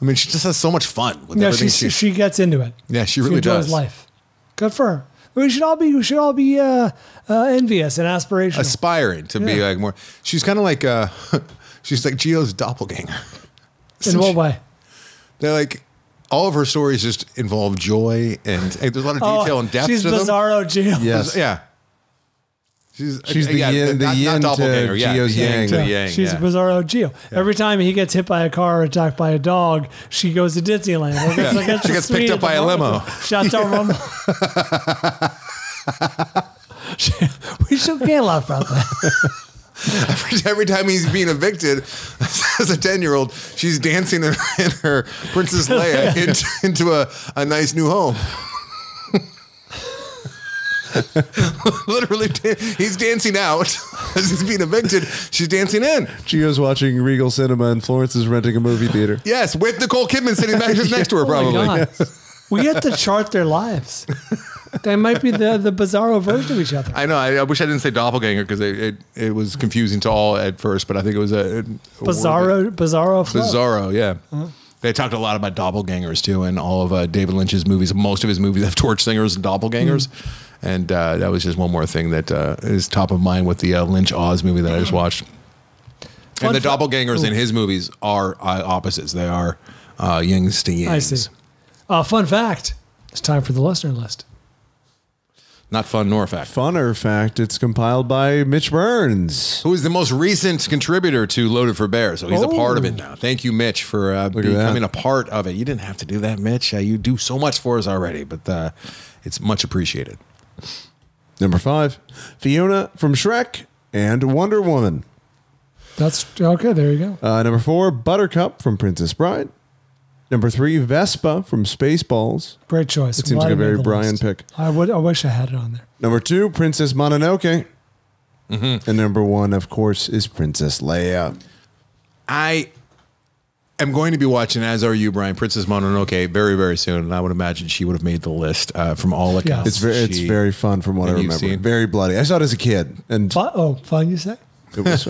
B: I mean, she just has so much fun with
A: No,
B: everything
A: she,
B: she,
A: she she gets into it.
B: Yeah, she really
A: enjoys
B: does.
A: life. Good for her. We should all be we should all be uh, uh, envious and aspirational.
B: aspiring to be
A: Yeah.
B: like more. She's kind of like uh, she's like Geo's doppelganger.
A: In what way?
B: They're like all of her stories just involve joy and, and there's a lot of detail and depth
A: Oh, She's
B: to
A: Bizarro Geo.
B: them. There's- yeah. She's, uh,
C: She's the yin- the
B: not,
C: yin to
B: not doppelganger, yeah,
C: Geo's
B: the
C: yang.
B: to the
C: Yeah,
B: yang.
A: She's
B: yeah.
A: Bizarro Geo. Every time he gets hit by a car or attacked by a dog, she goes to Disneyland. Or
B: Yeah.
A: or
B: She
A: the
B: gets
A: Swede
B: picked up
A: at the
B: by a
A: Rumble.
B: limo.
A: Shouts out Rumble. we should get a lot about that.
B: Every time he's being evicted as a 10 year old, she's dancing in, in her Princess Leia into, into a, a nice new home. Literally, dan- he's dancing out as he's being evicted. She's dancing in.
C: Gio's watching Regal Cinema, and Florence is renting a movie theater.
B: Yes, with Nicole Kidman sitting back just next to her,
A: Oh my
B: probably.
A: God. We have to chart their lives. They might be the, the bizarro version of each other.
B: I know. I, I wish I didn't say doppelganger because it, it, it was confusing to all at first, but I think it was a, a word
A: Bizarro, Uh-huh. bizarro,
B: that-
A: flow.
B: Bizarro, yeah.
A: Huh?
B: They talked a lot about doppelgangers too, in all of uh, David Lynch's movies. Most of his movies have torch singers and doppelgangers,
A: Hmm.
B: and uh, that was just one more thing that uh, is top of mind with the uh, Lynch Oz movie that I just watched.
A: Fun
B: and the
A: fa-
B: doppelgangers in
A: Ooh.
B: his movies are uh, opposites; they are uh, yings to
A: I
B: yangs.
A: see. Uh, fun fact. It's time for the listener list.
B: Not fun nor fact.
C: Funner fact. It's compiled by Mitch Burns.
B: Who is the most recent contributor to Loaded for Bear? So he's a part of it
C: Oh.
B: now. Thank you, Mitch, for uh,
C: at that.
B: becoming a part of it. You didn't have to do that, Mitch. Uh, you do so much for us already, but uh, it's much appreciated.
C: Number five, Fiona from Shrek and Wonder Woman.
A: That's okay. There you go.
C: Uh, number four, Buttercup from Princess Bride. Number three, Vespa from Spaceballs.
A: Great choice.
C: It seems
A: Why
C: like a
A: I made
C: very
A: the
C: Brian
A: list.
C: pick.
A: I would. I wish I had it on there.
C: Number two, Princess Mononoke.
B: Mm-hmm.
C: And number one, of course, is Princess Leia.
B: I am going to be watching, as are you, Brian, Princess Mononoke very, very soon. And I would imagine she would have made the list uh, from all accounts.
C: It's very, it's
B: She-
C: very fun from what I
B: Have you
C: remember.
B: seen-
C: Very bloody. I saw it as a kid, and
A: Fun, oh, fun you say?
C: it was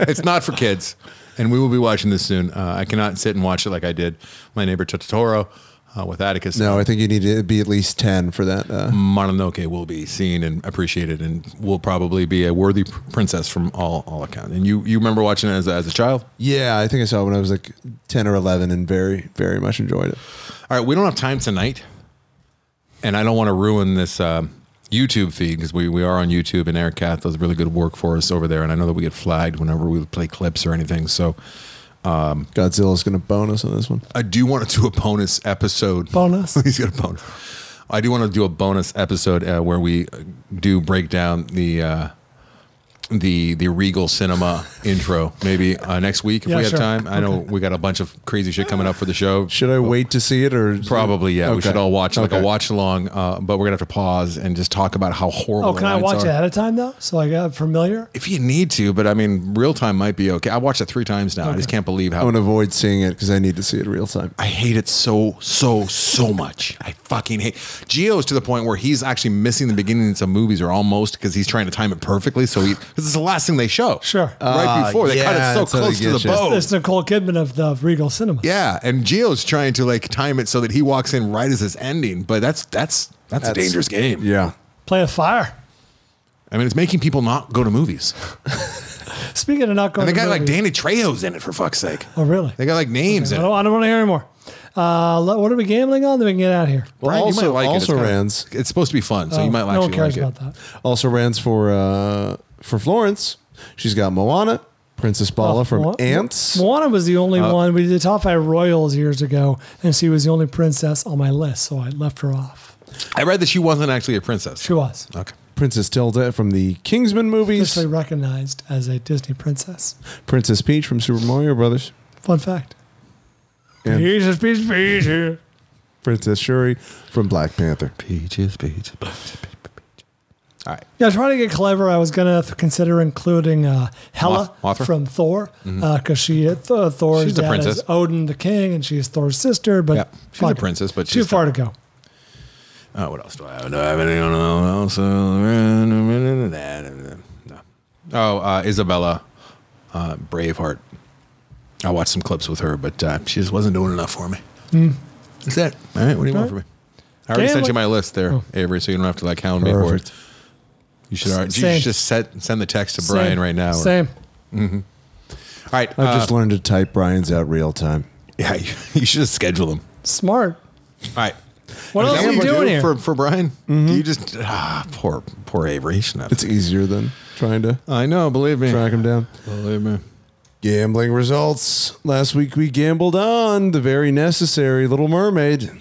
B: it's not for kids. And we will be watching this soon. Uh, I cannot sit and watch it like I did my neighbor Totoro uh, with Atticus.
C: no. I think you need to be at least ten for that.
B: Mm.
C: Uh,
B: Mononoke will be seen and appreciated, and will probably be a worthy pr- princess from all all accounts. And you you remember watching it as a, as a child?
C: yeah, I think I saw it when I was like ten or eleven, and very, very much enjoyed it.
B: All right, we don't have time tonight, and I don't want to ruin this um, YouTube feed because we, we are on YouTube, and Eric Kath does really good work for us over there. And I know that we get flagged whenever we play clips or anything. So um,
C: Godzilla's going to bonus on this one.
B: I do want to do a bonus episode.
A: Bonus.
B: He's got a bonus. I do want to do a bonus episode uh, where we uh, do break down the. Uh, the the Regal Cinema intro maybe uh, next week if
C: Yeah,
B: we have
C: sure.
B: time. I know
C: Okay.
B: we got a bunch of crazy shit coming up for the show.
C: Should I wait to see it or
B: Probably, yeah. We
C: Okay.
B: should all watch like a
C: Okay.
B: watch along, uh, but we're gonna have to pause and just talk about how horrible.
A: Oh, can
B: the
A: I
B: lines
A: watch it
B: are.
A: ahead of time though? So like I'm familiar.
B: If you need to, but I mean, real time might be okay. I watched it three times now. I just can't believe
C: I'm
B: how
C: going to avoid seeing it because I need to see it real time.
B: I hate it so so so much. I fucking hate. Geo's to the point where he's actually missing the beginnings of movies or almost because he's trying to time it perfectly. So he because it's the last thing they show.
A: Sure.
B: right
C: Ah,
B: before they
C: yeah,
B: cut it
C: that's
B: so
C: how they
B: close to
C: get
B: the
C: you.
B: bow.
A: It's Nicole Kidman of the of Regal Cinema.
B: Oh. Yeah, and Geo's trying to like time it so that he walks in right as it's ending. But that's that's that's, a
A: That's-
B: dangerous game.
C: Yeah.
A: Play a fire.
B: I mean, it's making people not go to movies.
A: Speaking of not going,
B: and they
A: to
B: got like
A: movies-
B: Danny Trejo's in it for fuck's sake.
A: Oh really?
B: They got like names
A: I
B: in it.
A: don't, I don't want to hear anymore. Uh, le- what are we gambling on? Then we can get out of here.
B: Brian, you might like it.
C: also
B: It's kinda-
C: Rand's.
B: It's supposed to be fun, so
A: Oh,
B: you might
A: no one
B: actually
A: cares
B: like it.
A: about that.
C: Also Rand's for uh, for Florence. She's got Moana, Princess Bala from
A: Mo-
C: Ants.
A: Oh, Moana was the only
C: Uh,
A: one. We did the top five royals years ago, and she was the only princess on my list, so I left her off.
B: I read that she wasn't actually a princess.
A: She was
B: Okay.
C: Princess Tilda from the Kingsman movies.
A: officially recognized as a Disney princess.
C: Princess Peach from Super Mario Brothers.
A: Fun fact.
C: And
A: Jesus, peace, peace here.
C: Princess Shuri from Black Panther.
B: Peaches, peaches, peaches.
A: Yeah, trying to get clever. I was gonna th- consider including uh, Hela
B: Moth- Mothra?
A: from Thor because
B: Mhm.
A: she uh, Th- Thor's
B: She's a
A: dad
B: princess.
A: is Odin the king, and she's Thor's sister. But
B: She's
A: fuck
B: a
A: it.
B: princess, but
A: too
B: she's
A: far to go.
B: Oh, what else do I have? Do I have anything else? No. Oh, uh, Isabella, uh, Braveheart. I watched some clips with her, but uh, she just wasn't doing enough for me.
A: Mm.
B: That's it. All right, what do you want from me? I already
A: Damn,
B: sent you
A: what-
B: my list there,
A: Oh.
B: Avery, so you don't have to like hound me for it.
C: Perfect.
B: You should, already, you
A: Same.
B: should just set, send the text to
A: Same.
B: Brian right now. or-
A: Same.
B: Mhm. All right. uh,
C: I've just learned to type Brian's out real time.
B: Yeah, you, you should just schedule him.
A: Smart.
B: All right.
A: What
B: Is
A: else
B: that
A: are you
B: we do
A: doing here? Mm-hmm.
B: for, for Brian? Do you just ah poor poor Avery?
C: It's easier than trying to.
B: I know. Believe me.
C: Track him down.
B: Believe me.
C: Gambling results. Last week we gambled on the very necessary Little Mermaid.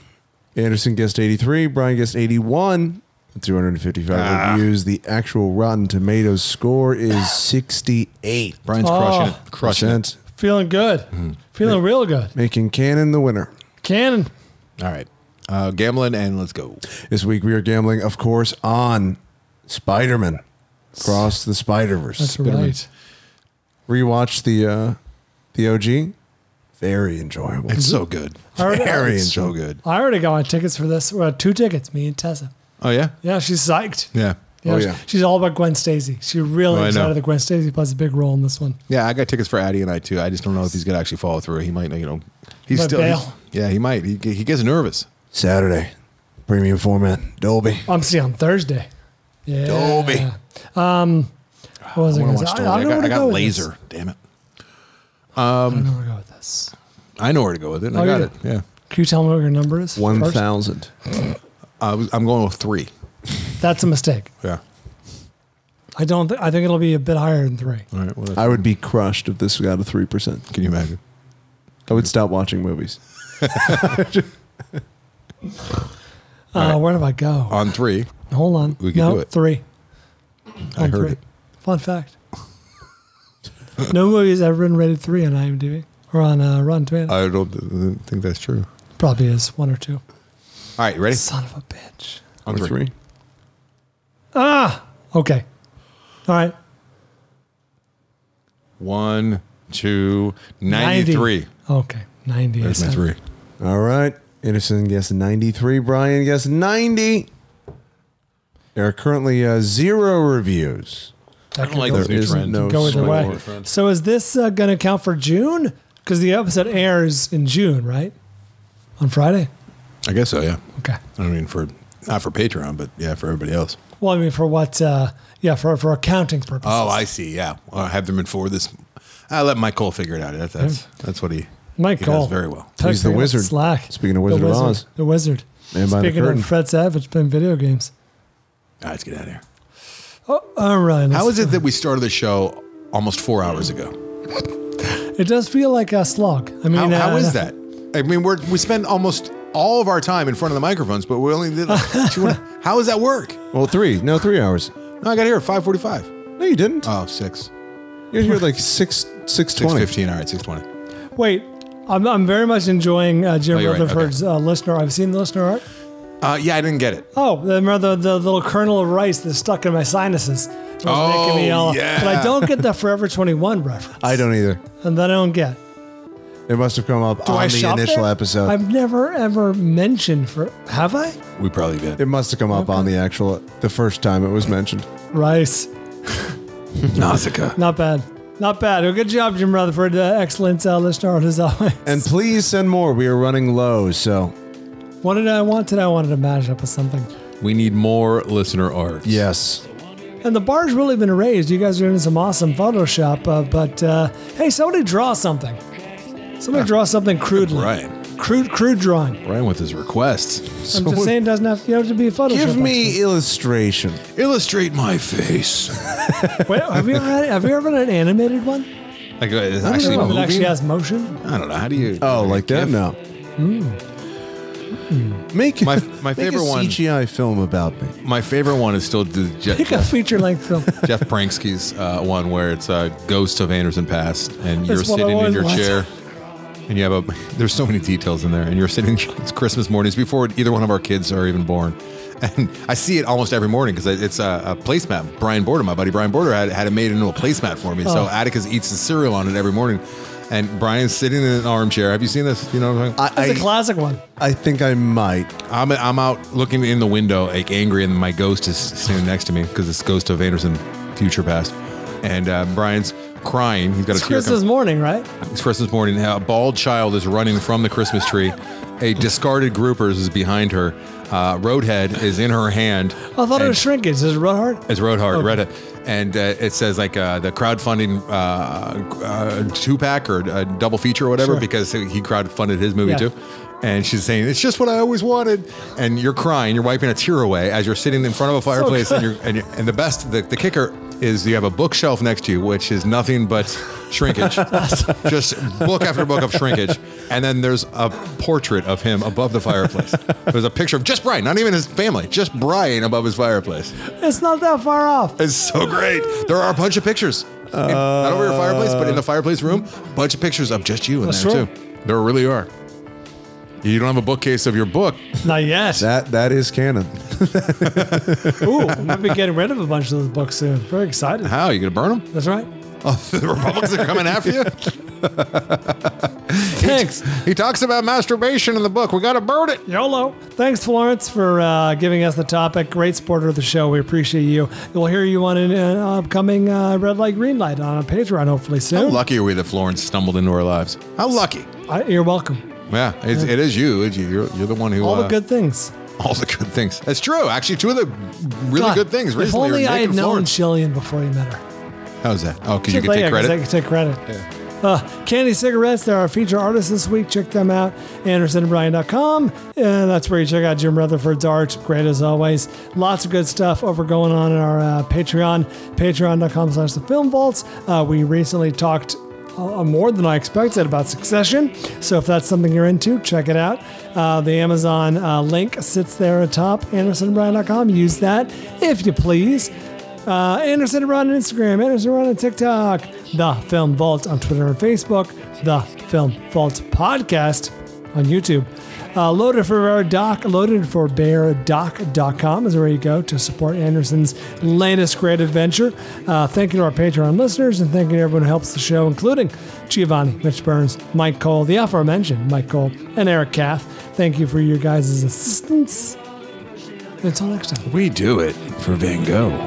C: Anderson guessed 83, Brian guessed 81. 255
B: Ah.
C: reviews. The actual Rotten Tomatoes score is 68.
B: Brian's
A: crushing it.
B: Crushing it.
A: Feeling good.
B: Mm-hmm.
A: Feeling real good.
C: Making Cannon the winner.
A: Cannon.
B: All right. Uh, gambling and let's go.
C: This week we are gambling, of course, on Spider Man Across the Spider Verse.
A: That's right.
C: Rewatched the uh, the OG. very enjoyable.
B: It's so good.
A: I already-
C: Very
A: It's
B: so
C: enjoyable.
B: good.
A: I already got my tickets for this. Well, two tickets, me and Tessa.
B: Oh yeah.
A: Yeah, she's psyched.
B: Oh, Yeah.
A: Yeah, she- She's all about Gwen Stacy. She's really
B: Oh, I know.
A: excited that Gwen Stacy plays a big role in this one.
B: Yeah, I got tickets for Addy and I too. I just don't know if he's gonna actually follow through. He might, you know, he's
A: Might
B: still.
A: bail.
B: yeah, he might. He, he gets nervous.
C: Saturday, premium format, Dolby.
A: I'm seeing on Thursday. Yeah.
C: Dolby.
A: Um, what was I,
B: I
A: going
B: wanna watch
A: to say?
B: Dolby.
A: don't
B: I,
A: know
B: got,
A: where
B: I
A: to go
B: got
A: with
B: Laser.
A: this.
B: Damn it. Um, I know where
A: to go with this.
B: I know where to go with it. and
A: Oh,
B: I got
A: yeah.
B: it. Yeah.
A: Can you tell me what your number is? first?
B: thousand. I was. I'm going with three.
A: That's a mistake.
B: Yeah.
A: I don't. Th- I think it'll be a bit higher than three.
B: All right. Well,
C: I would be crushed if this got a three percent.
B: Can you imagine?
C: I would stop watching movies.
A: Uh, Where do I go?
B: On three.
A: Hold on.
B: We can
A: no,
B: do it.
A: Three.
B: I
A: On
B: heard
A: three.
B: it.
A: Fun fact. no movie has ever been rated three on IMDb or on uh, Rotten Tomatoes.
B: I don't th- think that's true.
A: Probably is one or two.
B: All right, you ready?
A: Son of a bitch.
B: On
C: Or
B: three.
C: three.
A: Ah. Okay. All right.
B: One, two, 93.
A: 90. Okay. Ninety. I said.
C: All right. Anderson guessed 93. Brian guessed 90. There are currently uh, zero reviews.
A: I don't like this
C: There
A: new
C: is
A: trend.
C: No
A: Go either
C: score.
A: way. So is this uh, going to count for June? Because the episode airs in June, right? On Friday.
B: I guess so, yeah.
A: Okay.
B: I mean, for not for Patreon, but yeah, for everybody else.
A: Well, I mean, for what? Uh, yeah, for for accounting purposes.
B: Oh, I see. Yeah. Well, I have them in four this. I let Mike Cole figure it out. That, that's that's what he
A: Mike
B: he
A: Cole.
B: does very well.
A: Tell us about Slack.
C: Speaking of
A: The
C: Wizard of
A: Wizard.
C: Oz.
A: The Wizard.
C: Man behind the
A: Speaking
C: curtain.
A: of Fred Savage playing video games.
B: All right, let's get out of here.
A: Oh, all right. let's-
B: How is it that we started the show almost four hours ago?
A: It does feel like a slog. I mean,
B: How,
A: uh,
B: how is that? I mean, we're we spend almost all of our time in front of the microphones, but we only did like two. and- How does that work?
C: Well, three. No, three hours.
B: No, I got here at five forty-five.
C: No, you didn't.
A: Uh,
B: Oh, six.
C: You're here like six, six twenty.
B: 6:15, All right, six twenty.
A: Wait, I'm, I'm very much enjoying uh, Jim
B: Oh, you're right,
A: Rutherford's uh, listener. I've seen the listener art.
B: Uh, yeah, I didn't get it.
A: Oh, remember the, the little kernel of rice that's stuck in my sinuses. It was
B: Oh,
A: making me all,
B: yeah.
A: But I don't get the Forever 21 reference.
C: I don't either.
A: And that I don't get.
C: It must have come up
A: Do
C: on
A: I
C: the
A: shop
C: initial
A: there?
C: episode.
A: I've never ever mentioned for. Have I?
B: We probably did.
C: It must have come up on the actual, the first time it was mentioned.
A: Rice.
B: Nausicaa.
A: Not bad. Not bad. Well, good job, Jim Rutherford. Uh, excellent uh, listener art as always.
C: And please send more. We are running low, so
A: What did I want today? I wanted a mashup of something.
B: We need more listener art.
C: Yes.
A: And the bar's really been raised. You guys are doing some awesome Photoshop, uh, but uh, hey, somebody draw something. Somebody draw something crudely.
B: Brian.
A: Crude, crude drawing.
B: Brian with his requests.
A: I'm just saying, it doesn't have, you have to be a Photoshop.
C: give
A: expert.
C: me illustration.
B: Illustrate my face.
A: Wait, have you ever had, have you ever had an animated one?
B: Like, uh, it's
A: I don't
B: actually
A: know.
B: moving?
A: It actually has motion.
B: I don't know. How do you?
C: Oh, like that? No. Make
B: Hmm. My-
C: my
B: my favorite
C: a
B: one-
C: CGI film about me.
B: My favorite one is still the Je-
A: Pick a
B: Jeff,
A: feature length film.
B: Jeff Pranksky's uh, one where it's a ghost of Anderson Past, and you're
A: That's what I
B: sitting in
A: always
B: your
A: want.
B: chair, and you have a. There's so many details in there, and you're sitting. It's Christmas morning. It's before either one of our kids are even born. And I see it almost every morning because it's uh, a, a placemat. Brian Border, my buddy Brian Border, had, had it made into a placemat for me. So
A: Oh.
B: Atticus eats his cereal on it every morning. And Brian's sitting in an armchair. Have you seen this? You know what I'm talking
A: That's a classic one.
C: I think I might.
B: I'm, I'm out looking in the window, like angry, and my ghost is standing next to me because it's ghost of Anderson, future past, and uh, Brian's crying. He's got
A: It's
B: a tear.
A: Christmas
B: coming-
A: morning, right?
B: It's Christmas morning. A bald child is running from the Christmas tree. A discarded groupers is behind her. Uh, Roadhead is in her hand.
A: I thought it was shrinkage. Is it Rudhart?
B: It's Roadhard,
A: Okay.
B: Reddit. And uh, it says like uh, the crowdfunding uh, uh, two pack or a double feature or whatever
A: Sure.
B: because he crowdfunded his movie
A: Yeah.
B: too. And she's saying, It's just what I always wanted. And you're crying, you're wiping a tear away as you're sitting in front of a fireplace. and, you're, and, you're, and the best, the, the kicker is you have a bookshelf next to you, which is nothing but shrinkage. just book after book of shrinkage. And then there's a portrait of him above the fireplace. There's a picture of just Brian, not even his family, just Brian above his fireplace.
A: It's not that far off.
B: It's so great. There are a bunch of pictures. In- not over your fireplace, but in the fireplace room, a bunch of pictures of just you in
A: Well,
B: there
A: sure.
B: too. There really are. You don't have a bookcase of your book.
A: Not yet.
C: That that is canon.
A: Ooh, we might be getting rid of a bunch of those books soon. Very excited.
B: How you gonna burn them?
A: That's right.
B: Oh, the Republicans are coming after you. Thanks. He talks about masturbation in the book. We got to burn it.
A: YOLO. Thanks, Florence, for uh, giving us the topic. Great supporter of the show. We appreciate you. We'll hear you on an uh, upcoming uh, Red Light, Green Light on Patreon, hopefully soon.
B: How lucky are we that Florence stumbled into our lives? How lucky.
A: I, you're welcome.
B: Yeah, it's, it is you. It's you. You're, you're the one who
A: All the
B: uh,
A: good things.
B: all the good things. That's true. Actually, two of the really
A: God,
B: good things
A: If
B: recently.
A: only
B: are
A: I
B: Nick
A: had
B: and
A: known
B: Florence.
A: Jillian before you met her.
B: How's that? Oh, because you can
A: Yeah,
B: take
A: 'cause I
B: credit.
A: can take credit. Uh, Candy Cigarettes, they're our feature artist this week. Check them out, andersonandbrian.com. And that's where you check out Jim Rutherford's art. Great as always. Lots of good stuff over going on in our uh, Patreon, patreon.com slash the film vaults. Uh, we recently talked uh, more than I expected about Succession. So if that's something you're into, check it out. Uh, the Amazon uh, link sits there atop andersonandbrian.com. Use that if you please. Uh, Anderson Ron on Instagram, Anderson Ron on TikTok, The Film Vault on Twitter and Facebook, The Film Vault Podcast on YouTube. Uh, loaded for our doc, loaded for beardoc.com is where you go to support Anderson's latest great adventure. Uh, thank you to our Patreon listeners and thank you to everyone who helps the show, including Giovanni, Mitch Burns, Mike Cole, the aforementioned Mike Cole, and Eric Kath. Thank you for your guys' assistance. Until next time.
E: We do it for Van Gogh.